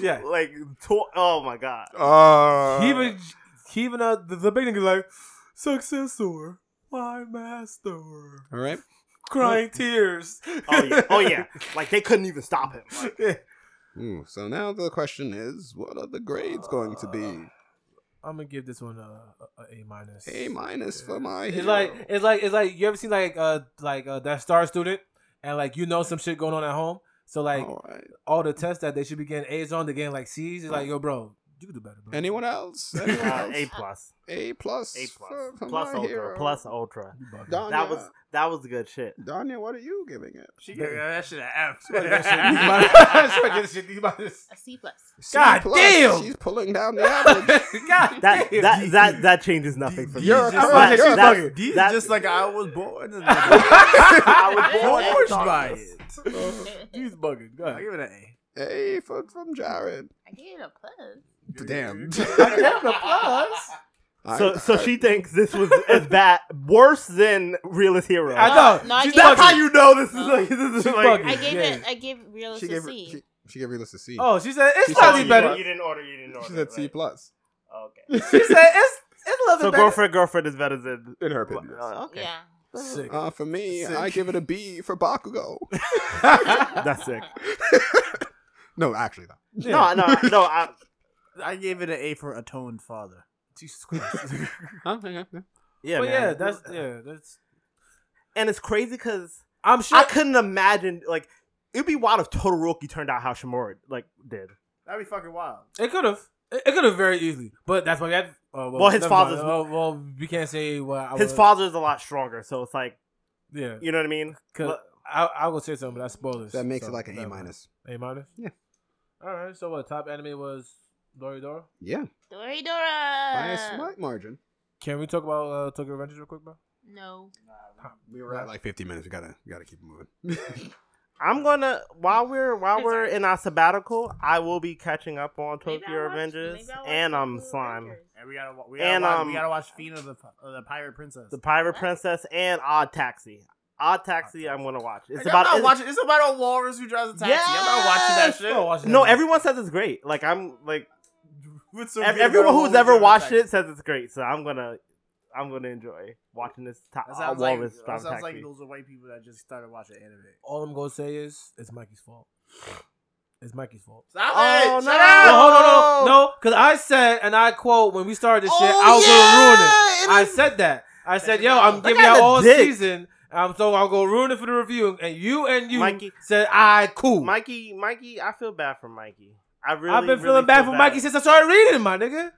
Speaker 2: yeah.
Speaker 3: Like, tw- oh my god.
Speaker 1: Uh,
Speaker 2: he even he even uh, the, the big nigga's like successor, my master,
Speaker 1: all right.
Speaker 2: crying tears.
Speaker 3: Oh yeah. Oh yeah. Like they couldn't even stop him. Like,
Speaker 1: Ooh, so now the question is, what are the grades going to be?
Speaker 2: I'm gonna give this one a a, a minus.
Speaker 3: Uh,
Speaker 1: A minus for my hero.
Speaker 2: It's like it's like it's like you ever seen like uh like uh, that star student and like you know some shit going on at home. So like
Speaker 1: all right.
Speaker 2: all the tests that they should be getting A's on, they're getting like C's. It's like yo, bro, you could do better, bro.
Speaker 1: Anyone else? Anyone
Speaker 3: uh,
Speaker 1: else?
Speaker 3: a plus.
Speaker 1: A plus.
Speaker 3: A
Speaker 1: for-
Speaker 3: plus.
Speaker 1: for
Speaker 3: Plus
Speaker 1: my
Speaker 3: ultra.
Speaker 1: hero.
Speaker 3: Plus ultra.
Speaker 2: You bugging.
Speaker 4: Oh,
Speaker 1: Danya,
Speaker 3: That was that was good shit.
Speaker 1: Danya, what are you giving it?
Speaker 5: She gave that shit an F.
Speaker 2: God
Speaker 4: A C plus.
Speaker 1: C
Speaker 2: God
Speaker 1: plus.
Speaker 2: damn!
Speaker 1: She's pulling down the average.
Speaker 3: That
Speaker 2: damn.
Speaker 3: that that that changes nothing for me.
Speaker 1: You're a
Speaker 3: That-
Speaker 1: crazy-
Speaker 3: that-
Speaker 1: you're a
Speaker 3: that-
Speaker 1: fucking-
Speaker 5: These
Speaker 3: that-
Speaker 5: are just like I was born. And
Speaker 3: I was born
Speaker 5: I was
Speaker 3: in
Speaker 5: forged by
Speaker 3: darkness.
Speaker 5: it.
Speaker 2: He's bugging. Go
Speaker 5: I
Speaker 2: ahead.
Speaker 5: give it an A.
Speaker 1: a for, from Jared.
Speaker 4: I gave it a plus.
Speaker 1: Damn.
Speaker 3: So so she thinks this was as bad worse than Realist Hero.
Speaker 2: I know.
Speaker 4: No, I
Speaker 2: She's
Speaker 4: gave-
Speaker 2: bugging.
Speaker 3: That's how you know this is
Speaker 4: No.
Speaker 3: like this is
Speaker 2: She's
Speaker 3: like
Speaker 2: bugging.
Speaker 4: I gave
Speaker 2: Yeah.
Speaker 4: it. I gave Realist
Speaker 1: she
Speaker 4: a
Speaker 1: gave her,
Speaker 4: C.
Speaker 1: she, she gave Realist a C.
Speaker 2: Oh, she said it's
Speaker 1: She
Speaker 3: Oh,
Speaker 1: said
Speaker 2: slightly
Speaker 3: you,
Speaker 1: C
Speaker 2: better.
Speaker 3: didn't- you didn't order. You didn't order.
Speaker 1: she said C
Speaker 3: right.
Speaker 1: plus.
Speaker 3: Okay.
Speaker 2: She said it's it's a little
Speaker 3: So
Speaker 2: bit better.
Speaker 3: girlfriend, girlfriend is better than.
Speaker 1: In her opinion. yes.
Speaker 3: Uh, okay.
Speaker 4: Yeah.
Speaker 2: Sick.
Speaker 1: Uh, for me,
Speaker 5: Sick.
Speaker 1: I give it a B for Bakugo.
Speaker 3: That's sick.
Speaker 1: no, actually, though.
Speaker 2: Yeah.
Speaker 3: No, no, no. I,
Speaker 6: I gave it an A for atoned father.
Speaker 2: Jesus Christ.
Speaker 3: yeah,
Speaker 2: but
Speaker 3: man.
Speaker 2: yeah, that's yeah, that's.
Speaker 3: and it's crazy because
Speaker 2: I'm sure.
Speaker 3: I couldn't imagine like it'd be wild if Todoroki turned out how Shimura like did.
Speaker 5: That'd be fucking wild.
Speaker 2: It could have. It could have very easily, but that's why we had Uh, well,
Speaker 3: Well, his
Speaker 2: never mind.
Speaker 3: father's-
Speaker 2: Well, well, we can't say what I
Speaker 3: His
Speaker 2: would-
Speaker 3: father's a lot stronger, so it's like
Speaker 2: Yeah,
Speaker 3: you know what I mean.
Speaker 2: cause
Speaker 3: But-
Speaker 2: I I will say something, but that's spoilers.
Speaker 1: That makes
Speaker 2: so
Speaker 1: it like an A
Speaker 2: never mind.
Speaker 1: minus.
Speaker 2: A minus.
Speaker 1: Yeah.
Speaker 2: All right. So what top anime was Doridora?
Speaker 1: Yeah,
Speaker 4: Dory
Speaker 1: by a
Speaker 4: Dora.
Speaker 1: slight margin.
Speaker 2: Can we talk about uh, Tokyo Revengers real quick, bro?
Speaker 4: No.
Speaker 1: We were at like 50 minutes. We gotta, we gotta keep moving.
Speaker 3: I'm gonna while we're while
Speaker 4: It's
Speaker 3: we're
Speaker 4: alright.
Speaker 3: in our sabbatical, I will be catching up on
Speaker 4: Maybe
Speaker 3: Tokyo
Speaker 4: I'll watch-
Speaker 3: Avengers
Speaker 4: maybe I'll watch
Speaker 3: and
Speaker 4: Tokyo
Speaker 3: um Slime,
Speaker 4: Revengers.
Speaker 6: And we gotta, wa- we gotta
Speaker 3: And,
Speaker 6: watch,
Speaker 3: um,
Speaker 6: we gotta watch Fina the uh, the Pirate Princess.
Speaker 3: The Pirate
Speaker 4: What?
Speaker 3: Princess, and Odd Taxi. Odd Taxi, I'm gonna watch. It's
Speaker 5: Like,
Speaker 3: about
Speaker 5: I'm not
Speaker 3: it's-
Speaker 5: watching. It's about a walrus who drives a taxi. I'm not watching that
Speaker 2: I'm
Speaker 5: shit.
Speaker 2: not watching
Speaker 3: no.
Speaker 2: that.
Speaker 3: Everyone says it's great. Like I'm like
Speaker 5: What's so
Speaker 3: ev-
Speaker 5: weird about
Speaker 3: everyone
Speaker 5: a
Speaker 3: who's
Speaker 5: walrus
Speaker 3: ever
Speaker 5: driving a
Speaker 3: watched
Speaker 5: taxi?
Speaker 3: it says it's great. So I'm gonna I'm gonna enjoy watching this ta-
Speaker 6: That
Speaker 3: uh,
Speaker 6: sounds like
Speaker 3: Walrus
Speaker 6: that
Speaker 3: drive
Speaker 6: sounds
Speaker 3: taxi.
Speaker 6: like those are white people that just started watching anime.
Speaker 2: All I'm gonna say is it's Mikey's fault. It's Mikey's fault.
Speaker 5: Stop
Speaker 3: Oh, no.
Speaker 5: it! Shut
Speaker 2: No,
Speaker 5: up!
Speaker 2: hold on, no, no, because I said, and I quote when we started this
Speaker 1: Oh,
Speaker 2: shit, I was
Speaker 5: Oh,
Speaker 2: gonna ruin it. I said that. I said, yo, I'm giving
Speaker 3: at
Speaker 2: y'all
Speaker 3: the
Speaker 2: all
Speaker 3: dick.
Speaker 2: season. Um, so I'm gonna ruin it for the review, and you and you
Speaker 3: Mikey-
Speaker 2: said, "I cool."
Speaker 3: Mikey, Mikey, I feel bad for Mikey. I really
Speaker 2: I've been
Speaker 3: really
Speaker 2: feeling bad
Speaker 3: feel
Speaker 2: for Mikey since I started reading, my nigga.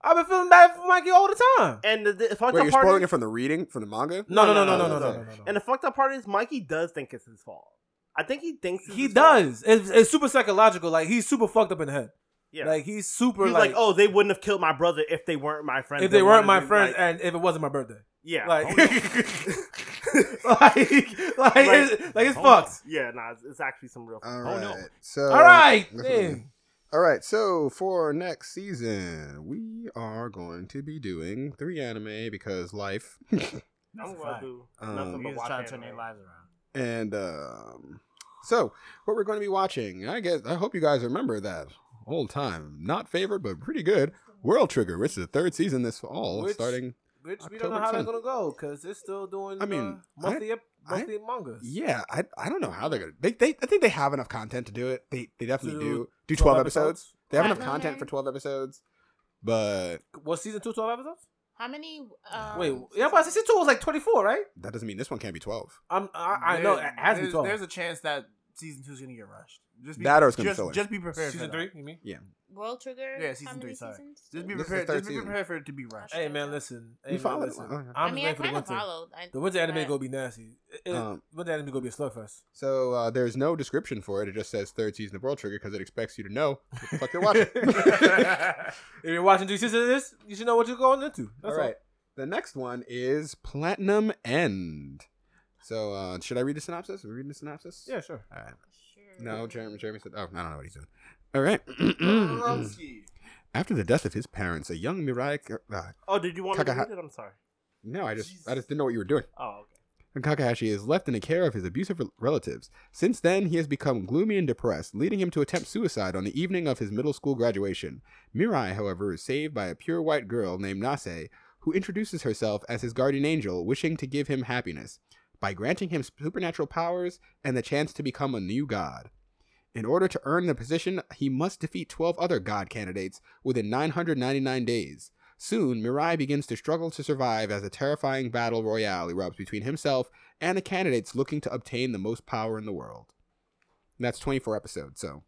Speaker 2: I've been feeling bad for Mikey all the time.
Speaker 3: And the, the fucked
Speaker 1: Wait,
Speaker 3: up
Speaker 1: you're
Speaker 3: part
Speaker 1: spoiling
Speaker 3: is-
Speaker 1: it from the reading, from the manga?
Speaker 2: No, no,
Speaker 3: No,
Speaker 2: no,
Speaker 3: no,
Speaker 2: no, no,
Speaker 1: no,
Speaker 2: no, no,
Speaker 1: no.
Speaker 2: no. no.
Speaker 3: And the fucked up part is Mikey does think it's his fault. I think he thinks it's
Speaker 2: he
Speaker 3: his fault.
Speaker 2: does. It's, it's super psychological. Like he's super fucked up in the head.
Speaker 3: Yeah.
Speaker 2: Like he's super
Speaker 3: He's
Speaker 2: like,
Speaker 3: like, oh, they wouldn't have killed my brother if they weren't my friends.
Speaker 2: if they
Speaker 3: and
Speaker 2: weren't my
Speaker 3: wanted to,
Speaker 2: friends
Speaker 3: like-
Speaker 2: and if it wasn't my birthday.
Speaker 3: yeah,
Speaker 2: Like, like, like, it's, like it's fucked.
Speaker 3: Oh, yeah, nah, it's, it's actually some
Speaker 6: Uh,
Speaker 3: real.
Speaker 1: All right.
Speaker 5: no.
Speaker 1: So,
Speaker 2: All right. Dang.
Speaker 1: All right. So for next season, we are going to be doing three anime because life,
Speaker 3: I'm
Speaker 6: That's a
Speaker 3: gonna
Speaker 6: fact.
Speaker 3: do
Speaker 1: Um,
Speaker 3: nothing
Speaker 1: We
Speaker 6: Niggas
Speaker 3: but
Speaker 6: just
Speaker 3: watch
Speaker 6: trying to turn
Speaker 3: anime.
Speaker 6: their lives around.
Speaker 1: and um, so what we're going to be watching. I guess I hope you guys remember that old time, not favored but pretty good. World Trigger, which is the third season this fall,
Speaker 2: Which-
Speaker 1: starting.
Speaker 2: Which we don't know
Speaker 1: October
Speaker 2: how that's
Speaker 1: 10th.
Speaker 2: gonna go because they're still doing.
Speaker 1: I mean,
Speaker 2: uh, monthly ep-
Speaker 1: I-
Speaker 2: monthly mangas.
Speaker 1: Yeah, I, I don't know how they're gonna. They, they I think they have enough content to do it. They they definitely
Speaker 2: To
Speaker 1: do do twelve episodes. They have enough
Speaker 4: Platinum
Speaker 1: content
Speaker 4: Man.
Speaker 1: for twelve episodes, but
Speaker 2: Was season two 12 episodes?
Speaker 4: How many? Um,
Speaker 2: Wait, yeah, but season two was like twenty four, right?
Speaker 1: that doesn't mean this one can't be twelve.
Speaker 2: I'm, I, I know it
Speaker 6: There-
Speaker 2: has to be
Speaker 6: there's-
Speaker 2: twelve.
Speaker 6: There's a chance that season two is gonna get rushed. Just be,
Speaker 1: That or it's gonna be
Speaker 6: just,
Speaker 1: filler.
Speaker 6: just be prepared.
Speaker 2: season
Speaker 6: for that.
Speaker 2: three, you mean?
Speaker 4: World Trigger.
Speaker 6: Yeah,
Speaker 4: how
Speaker 6: season
Speaker 4: many
Speaker 6: three, sorry.
Speaker 4: seasons?
Speaker 6: Just be
Speaker 1: This is
Speaker 6: prepared.
Speaker 1: the
Speaker 6: Just be
Speaker 1: season.
Speaker 6: prepared for it to be rushed.
Speaker 2: Hey man, listen. Hey,
Speaker 1: You
Speaker 2: man,
Speaker 1: followed it?
Speaker 2: listen.
Speaker 1: Oh, yeah.
Speaker 2: I'm
Speaker 4: I mean, I
Speaker 2: just waiting
Speaker 4: kind
Speaker 2: for
Speaker 4: of
Speaker 2: the winter.
Speaker 4: followed. I,
Speaker 2: The winter anime
Speaker 4: but-
Speaker 2: gonna be nasty. It- it-
Speaker 1: Um,
Speaker 2: winter anime gonna be a slugfest.
Speaker 1: So uh, there's no description for it. It just says third season of World Trigger because it expects you to know what the fuck you're watching.
Speaker 2: if you're watching two seasons of this, you should know what you're going into. That's
Speaker 1: all right. The next one is Platinum End. So uh, should I read the synopsis? Are we reading the synopsis?
Speaker 2: Yeah, sure.
Speaker 1: All right.
Speaker 4: Sure.
Speaker 1: No, Jeremy. Jeremy said. Oh, I don't know what he's doing. All right. After the death of his parents, a young Mirai. Uh,
Speaker 3: Oh, did you want me to
Speaker 1: Kakaha-
Speaker 3: read it? I'm sorry.
Speaker 1: no, I just I just didn't know what you were doing.
Speaker 3: Oh, okay.
Speaker 1: and Kakahashi is left in the care of his abusive rel- relatives. Since then, he has become gloomy and depressed, leading him to attempt suicide on the evening of his middle school graduation. Mirai, however, is saved by a pure white girl named Nase, who introduces herself as his guardian angel, wishing to give him happiness by granting him supernatural powers and the chance to become a new god. In order to earn the position, he must defeat 12 other god candidates within 999 days. Soon, Mirai begins to struggle to survive as a terrifying battle royale erupts between himself and the candidates looking to obtain the most power in the world. And that's 24 episodes, so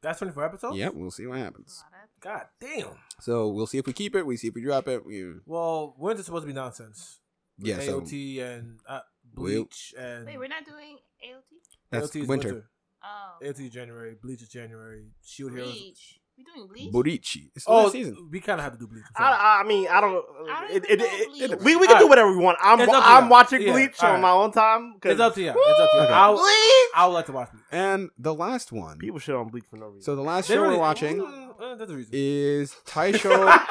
Speaker 2: That's 24 episodes.
Speaker 1: yeah, we'll see what happens.
Speaker 2: God damn.
Speaker 1: So we'll see if we keep it, we see if we drop it. We,
Speaker 2: Well, winter's supposed to be nonsense. With
Speaker 1: yeah, so
Speaker 2: AOT and uh,
Speaker 1: We'll-
Speaker 2: Bleach and
Speaker 4: Wait, we're not doing AOT.
Speaker 1: that's
Speaker 2: AOT is
Speaker 1: winter.
Speaker 4: Oh,
Speaker 2: AOT is January, Bleach is Janury, Shield Heroes.
Speaker 4: Bleach. We doing Bleach.
Speaker 1: Borichi. It's the
Speaker 2: Oh,
Speaker 1: last season.
Speaker 2: we kind of have to do Bleach. I'm sorry.
Speaker 3: I, I mean, I don't.
Speaker 4: I don't
Speaker 3: it,
Speaker 4: even
Speaker 3: it,
Speaker 4: know
Speaker 3: it,
Speaker 4: Bleach.
Speaker 3: we we can
Speaker 2: Alright.
Speaker 3: do whatever we want. I'm
Speaker 2: It's up to
Speaker 3: I'm
Speaker 2: y'all.
Speaker 3: watching
Speaker 2: Yeah,
Speaker 3: Bleach
Speaker 2: alright.
Speaker 3: on my own time. 'cause
Speaker 2: it's up to you. It's up to you.
Speaker 1: Okay.
Speaker 2: I'll,
Speaker 5: Bleach.
Speaker 2: I would like to watch Bleach.
Speaker 1: And the last one.
Speaker 3: People shit on Bleach for no reason.
Speaker 1: So the last
Speaker 2: They
Speaker 1: show
Speaker 2: really-
Speaker 1: we're watching
Speaker 2: Mm, uh, That's the reason.
Speaker 1: is Taisho.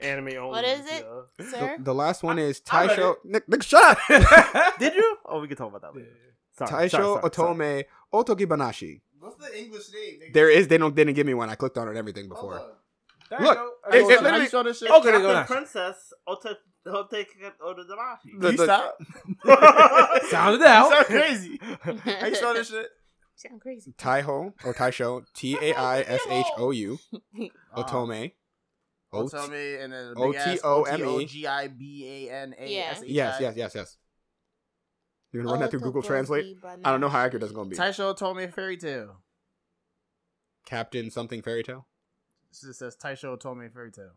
Speaker 3: Anime only.
Speaker 4: What is it?
Speaker 3: yeah.
Speaker 1: the,
Speaker 4: Sir,
Speaker 1: the last one is
Speaker 2: I- I read
Speaker 1: Taisho. Nick, Nick, shut up!
Speaker 3: Did you? Oh, we can talk about that later. Sorry,
Speaker 1: Taisho
Speaker 3: sorry, sorry,
Speaker 1: Otome
Speaker 3: sorry.
Speaker 1: Otogibanashi.
Speaker 5: What's the English name? nigga?
Speaker 1: There is, they don't, they didn't give me one. I clicked on it and everything
Speaker 5: Hold
Speaker 1: before.
Speaker 5: on.
Speaker 2: There
Speaker 1: Look,
Speaker 2: you
Speaker 1: it-
Speaker 2: go.
Speaker 1: it
Speaker 5: Hold on, how
Speaker 1: literally-
Speaker 5: you saw this shit?
Speaker 2: Okay, they go
Speaker 3: Captain
Speaker 2: next.
Speaker 3: Princess Ote Ote Ododamashi.
Speaker 1: The-
Speaker 5: Can you
Speaker 1: the-
Speaker 5: stop?
Speaker 2: Sounded out.
Speaker 5: You sound crazy. How you saw this shit?
Speaker 4: sound crazy.
Speaker 1: Taiho or Taisho, T A I S H O U,
Speaker 5: Ah.
Speaker 1: Oh, Otome.
Speaker 5: Don't
Speaker 1: O
Speaker 5: tell
Speaker 1: T.
Speaker 5: Um, me and then
Speaker 1: O
Speaker 5: big
Speaker 1: T
Speaker 5: ass
Speaker 1: O M E.
Speaker 5: O-T-O-M-E.
Speaker 4: Yeah.
Speaker 1: Yes, yes, yes, yes. You're gonna run
Speaker 4: Oh,
Speaker 1: that through Google Translate. I don't know how accurate that's gonna be.
Speaker 5: Taisho Otome Fairy Tale.
Speaker 1: Captain something fairy tale.
Speaker 5: It just says Taisho Otome Fairy Tale.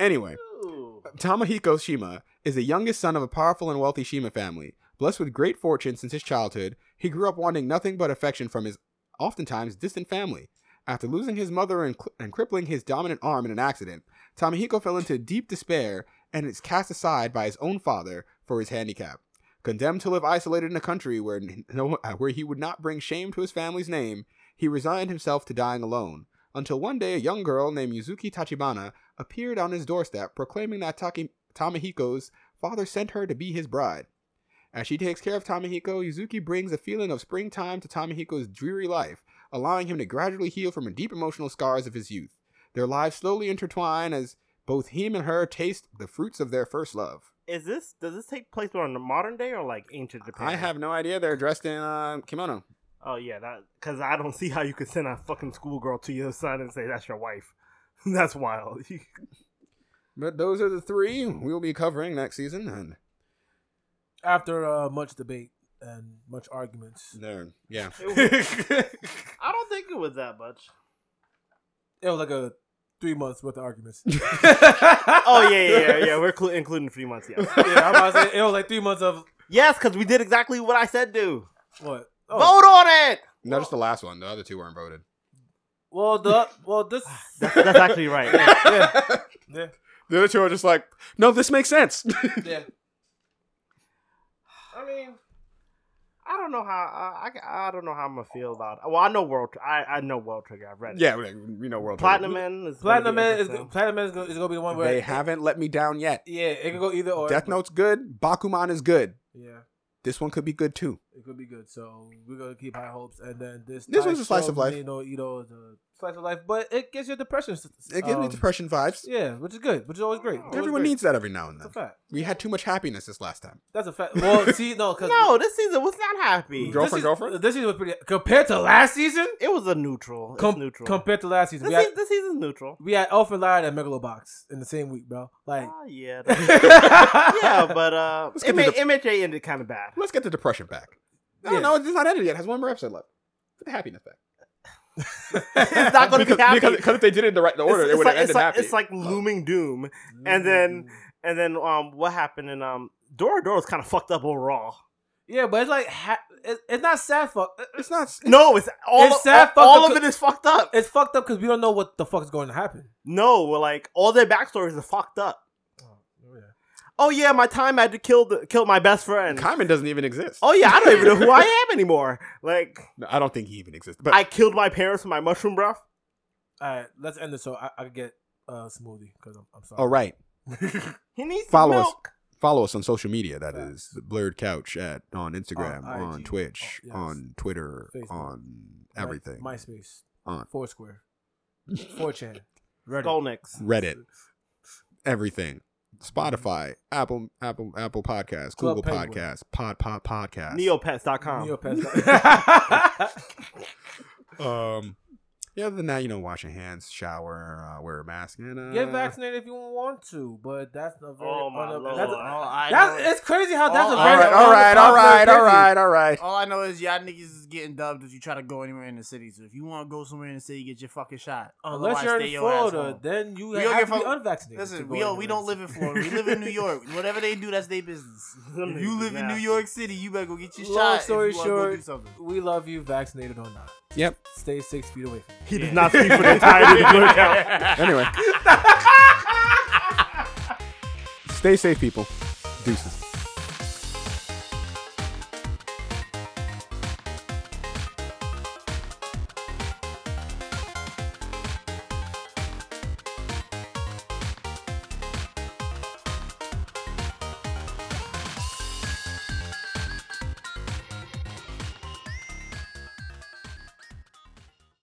Speaker 1: Anyway,
Speaker 3: Ooh.
Speaker 1: Tamahiko Shima is the youngest son of a powerful and wealthy Shima family. Blessed with great fortune since his childhood, he grew up wanting nothing but affection from his oftentimes distant family. After losing his mother and, cl- and crippling his dominant arm in an accident, Tamahiko fell into deep despair and is cast aside by his own father for his handicap. Condemned to live isolated in a country where, n- no, uh, where he would not bring shame to his family's name, he resigned himself to dying alone. Until one day, a young girl named Yuzuki Tachibana appeared on his doorstep proclaiming that Taki- Tamahiko's father sent her to be his bride. As she takes care of Tamahiko, Yuzuki brings a feeling of springtime to Tamahiko's dreary life, allowing him to gradually heal from the deep emotional scars of his youth. Their lives slowly intertwine as both him and her taste the fruits of their first love.
Speaker 3: Is this does this take place during the modern day or like ancient Japan?
Speaker 1: I have no idea they're dressed in uh, kimono.
Speaker 3: Oh yeah, that because I don't see how you could send a fucking schoolgirl to your son and say that's your wife. that's wild.
Speaker 1: But those are the three we'll be covering next season, and
Speaker 2: After uh, much debate and much arguments,
Speaker 1: they're yeah.
Speaker 3: I don't think it was that much.
Speaker 2: it was like a three months worth of arguments.
Speaker 3: Oh yeah, yeah, yeah. yeah. We're clu- including three months. Yes,
Speaker 2: yeah, I'm about to say it was like three months of
Speaker 3: yes, because we did exactly what I said. Do
Speaker 2: what? Oh,
Speaker 3: vote on it.
Speaker 1: Not just the last one. The other two weren't voted.
Speaker 2: well, the well this
Speaker 3: That's, that's actually right. Yeah.
Speaker 2: yeah yeah
Speaker 1: The other two are just like, no, this makes sense.
Speaker 2: yeah.
Speaker 3: I mean, I don't know how I, I, I don't know how I'm gonna feel about. Well, I know World. I I know World Trigger. I've read it.
Speaker 1: yeah, we we know world.
Speaker 3: Platinum Man is gonna
Speaker 2: Platinum
Speaker 3: be
Speaker 2: Man is
Speaker 3: interesting.
Speaker 2: Platinum Man is gonna, is gonna be the one where
Speaker 1: They haven't let me down yet.
Speaker 2: yeah it could go either or.
Speaker 1: Death Note's good. Bakuman is good.
Speaker 2: Yeah,
Speaker 1: This one could be good too.
Speaker 2: it could be good. So we're gonna keep high hopes, and then this
Speaker 1: This one's a slice of life.
Speaker 2: You know, you know the slice of life, but it gives you depression.
Speaker 1: It gives me Oh.
Speaker 2: um,
Speaker 1: depression vibes.
Speaker 2: Yeah, which is good, which is always great. Always
Speaker 1: Everyone
Speaker 2: great.
Speaker 1: needs that every now and
Speaker 2: That's
Speaker 1: then.
Speaker 2: a fact.
Speaker 1: We had too much happiness this last time.
Speaker 2: That's a fact. Well, see, no, because
Speaker 3: No, this season was not happy.
Speaker 1: Girl- Girlfriend, girlfriend?
Speaker 2: This season was pretty compared to last season.
Speaker 3: It was a neutral. It's
Speaker 2: Com-
Speaker 3: neutral.
Speaker 2: Compared to last season,
Speaker 3: this,
Speaker 2: we had,
Speaker 3: se- this season's neutral.
Speaker 2: we had Elfin Lion and Megalobox in the same week, bro. Like,
Speaker 3: Oh, yeah. that- yeah,
Speaker 2: yeah,
Speaker 3: but uh,
Speaker 1: Let's get
Speaker 3: M-
Speaker 1: to the-
Speaker 3: MHA ended kind of bad.
Speaker 1: Let's get the depression back. No,
Speaker 2: Yeah.
Speaker 1: no, it's not ended yet. It has one more episode left. Get the happiness back.
Speaker 3: It's not going to
Speaker 1: because,
Speaker 3: be happy.
Speaker 1: because, because if they did it in the right order,
Speaker 3: it's,
Speaker 1: it
Speaker 3: it's
Speaker 1: would
Speaker 3: like,
Speaker 1: have
Speaker 3: it's,
Speaker 1: ended
Speaker 3: like,
Speaker 1: happy.
Speaker 3: it's like looming doom, and then and then um, what happened in um, Dora Dora's kind of fucked up overall.
Speaker 2: yeah, but it's like ha- it, it's not sad fuck.
Speaker 1: it's not.
Speaker 3: No, it's all
Speaker 2: It's
Speaker 3: of,
Speaker 2: sad,
Speaker 3: all,
Speaker 2: fucked
Speaker 3: all
Speaker 2: up
Speaker 3: of it
Speaker 2: co-
Speaker 3: is fucked up.
Speaker 2: It's fucked up because we don't know what the fuck is going to happen.
Speaker 3: No, we're like all their backstories are fucked up.
Speaker 2: Oh, yeah.
Speaker 3: Oh yeah, my time I had to kill the, kill my best friend.
Speaker 1: Kaiman doesn't even exist.
Speaker 3: Oh yeah, I don't even know who I am anymore. Like
Speaker 1: No, I don't think he even exists. But
Speaker 3: I killed my parents with my mushroom breath.
Speaker 2: All right, let's end this so I, I can get a smoothie because I'm, I'm sorry.
Speaker 1: all right,
Speaker 3: He needs some
Speaker 1: Follow us.
Speaker 3: milk.
Speaker 1: follow us on social media. That
Speaker 2: Facts.
Speaker 1: is the Blurred Couch at on Instagram,
Speaker 2: On
Speaker 1: on,
Speaker 2: IG,
Speaker 1: Twitch,
Speaker 2: oh, yes.
Speaker 1: on Twitter,
Speaker 2: Facebook.
Speaker 1: on
Speaker 2: My-
Speaker 1: everything.
Speaker 2: MySpace,
Speaker 1: On.
Speaker 2: Foursquare, 4chan, Reddit.
Speaker 3: Skolniks.
Speaker 1: Reddit, everything. Spotify, Apple, Apple, Apple Podcasts,
Speaker 2: Club
Speaker 1: Google
Speaker 2: Penguin.
Speaker 1: Podcasts, Pod Pod Podcast.
Speaker 5: Oh.
Speaker 3: Neopets.com.
Speaker 2: Neopets.
Speaker 1: Um, yeah. Other than that, you know, wash your hands, shower, uh, wear a mask, and uh,
Speaker 2: Get vaccinated if you want to, but that's a very
Speaker 3: Oh, my
Speaker 2: un-
Speaker 3: Lord.
Speaker 2: that's,
Speaker 5: all, I know, Oh,
Speaker 2: that's it's crazy how that's
Speaker 5: All
Speaker 2: a
Speaker 1: All
Speaker 2: very
Speaker 1: right, all right, all right, all
Speaker 2: unpopular
Speaker 1: right, all right.
Speaker 5: all I know is y'all niggas is getting dubbed if you try to go anywhere in the city. So if you want to go somewhere in the city, get your fucking shot.
Speaker 2: opinion.
Speaker 5: Otherwise,
Speaker 2: Unless you're
Speaker 5: stay
Speaker 2: in
Speaker 5: your ass
Speaker 2: Florida,
Speaker 5: home.
Speaker 2: then you
Speaker 5: We don't
Speaker 2: have
Speaker 5: give
Speaker 2: to be
Speaker 5: a fuck.
Speaker 2: unvaccinated. to
Speaker 5: Listen,
Speaker 2: go
Speaker 5: we don't, we
Speaker 2: anywhere.
Speaker 5: don't live in Florida. We live in New York. Whatever they do, that's their business. If you live in New York City, you better go get your
Speaker 2: Long
Speaker 5: shot. if
Speaker 2: story
Speaker 5: you wanna go
Speaker 2: short,
Speaker 5: do something.
Speaker 2: We love you, vaccinated or not.
Speaker 1: Yep.
Speaker 2: Stay six feet away. From
Speaker 3: He does not speak for the entirety of the workout.
Speaker 1: Anyway, stay safe, people. Deuces.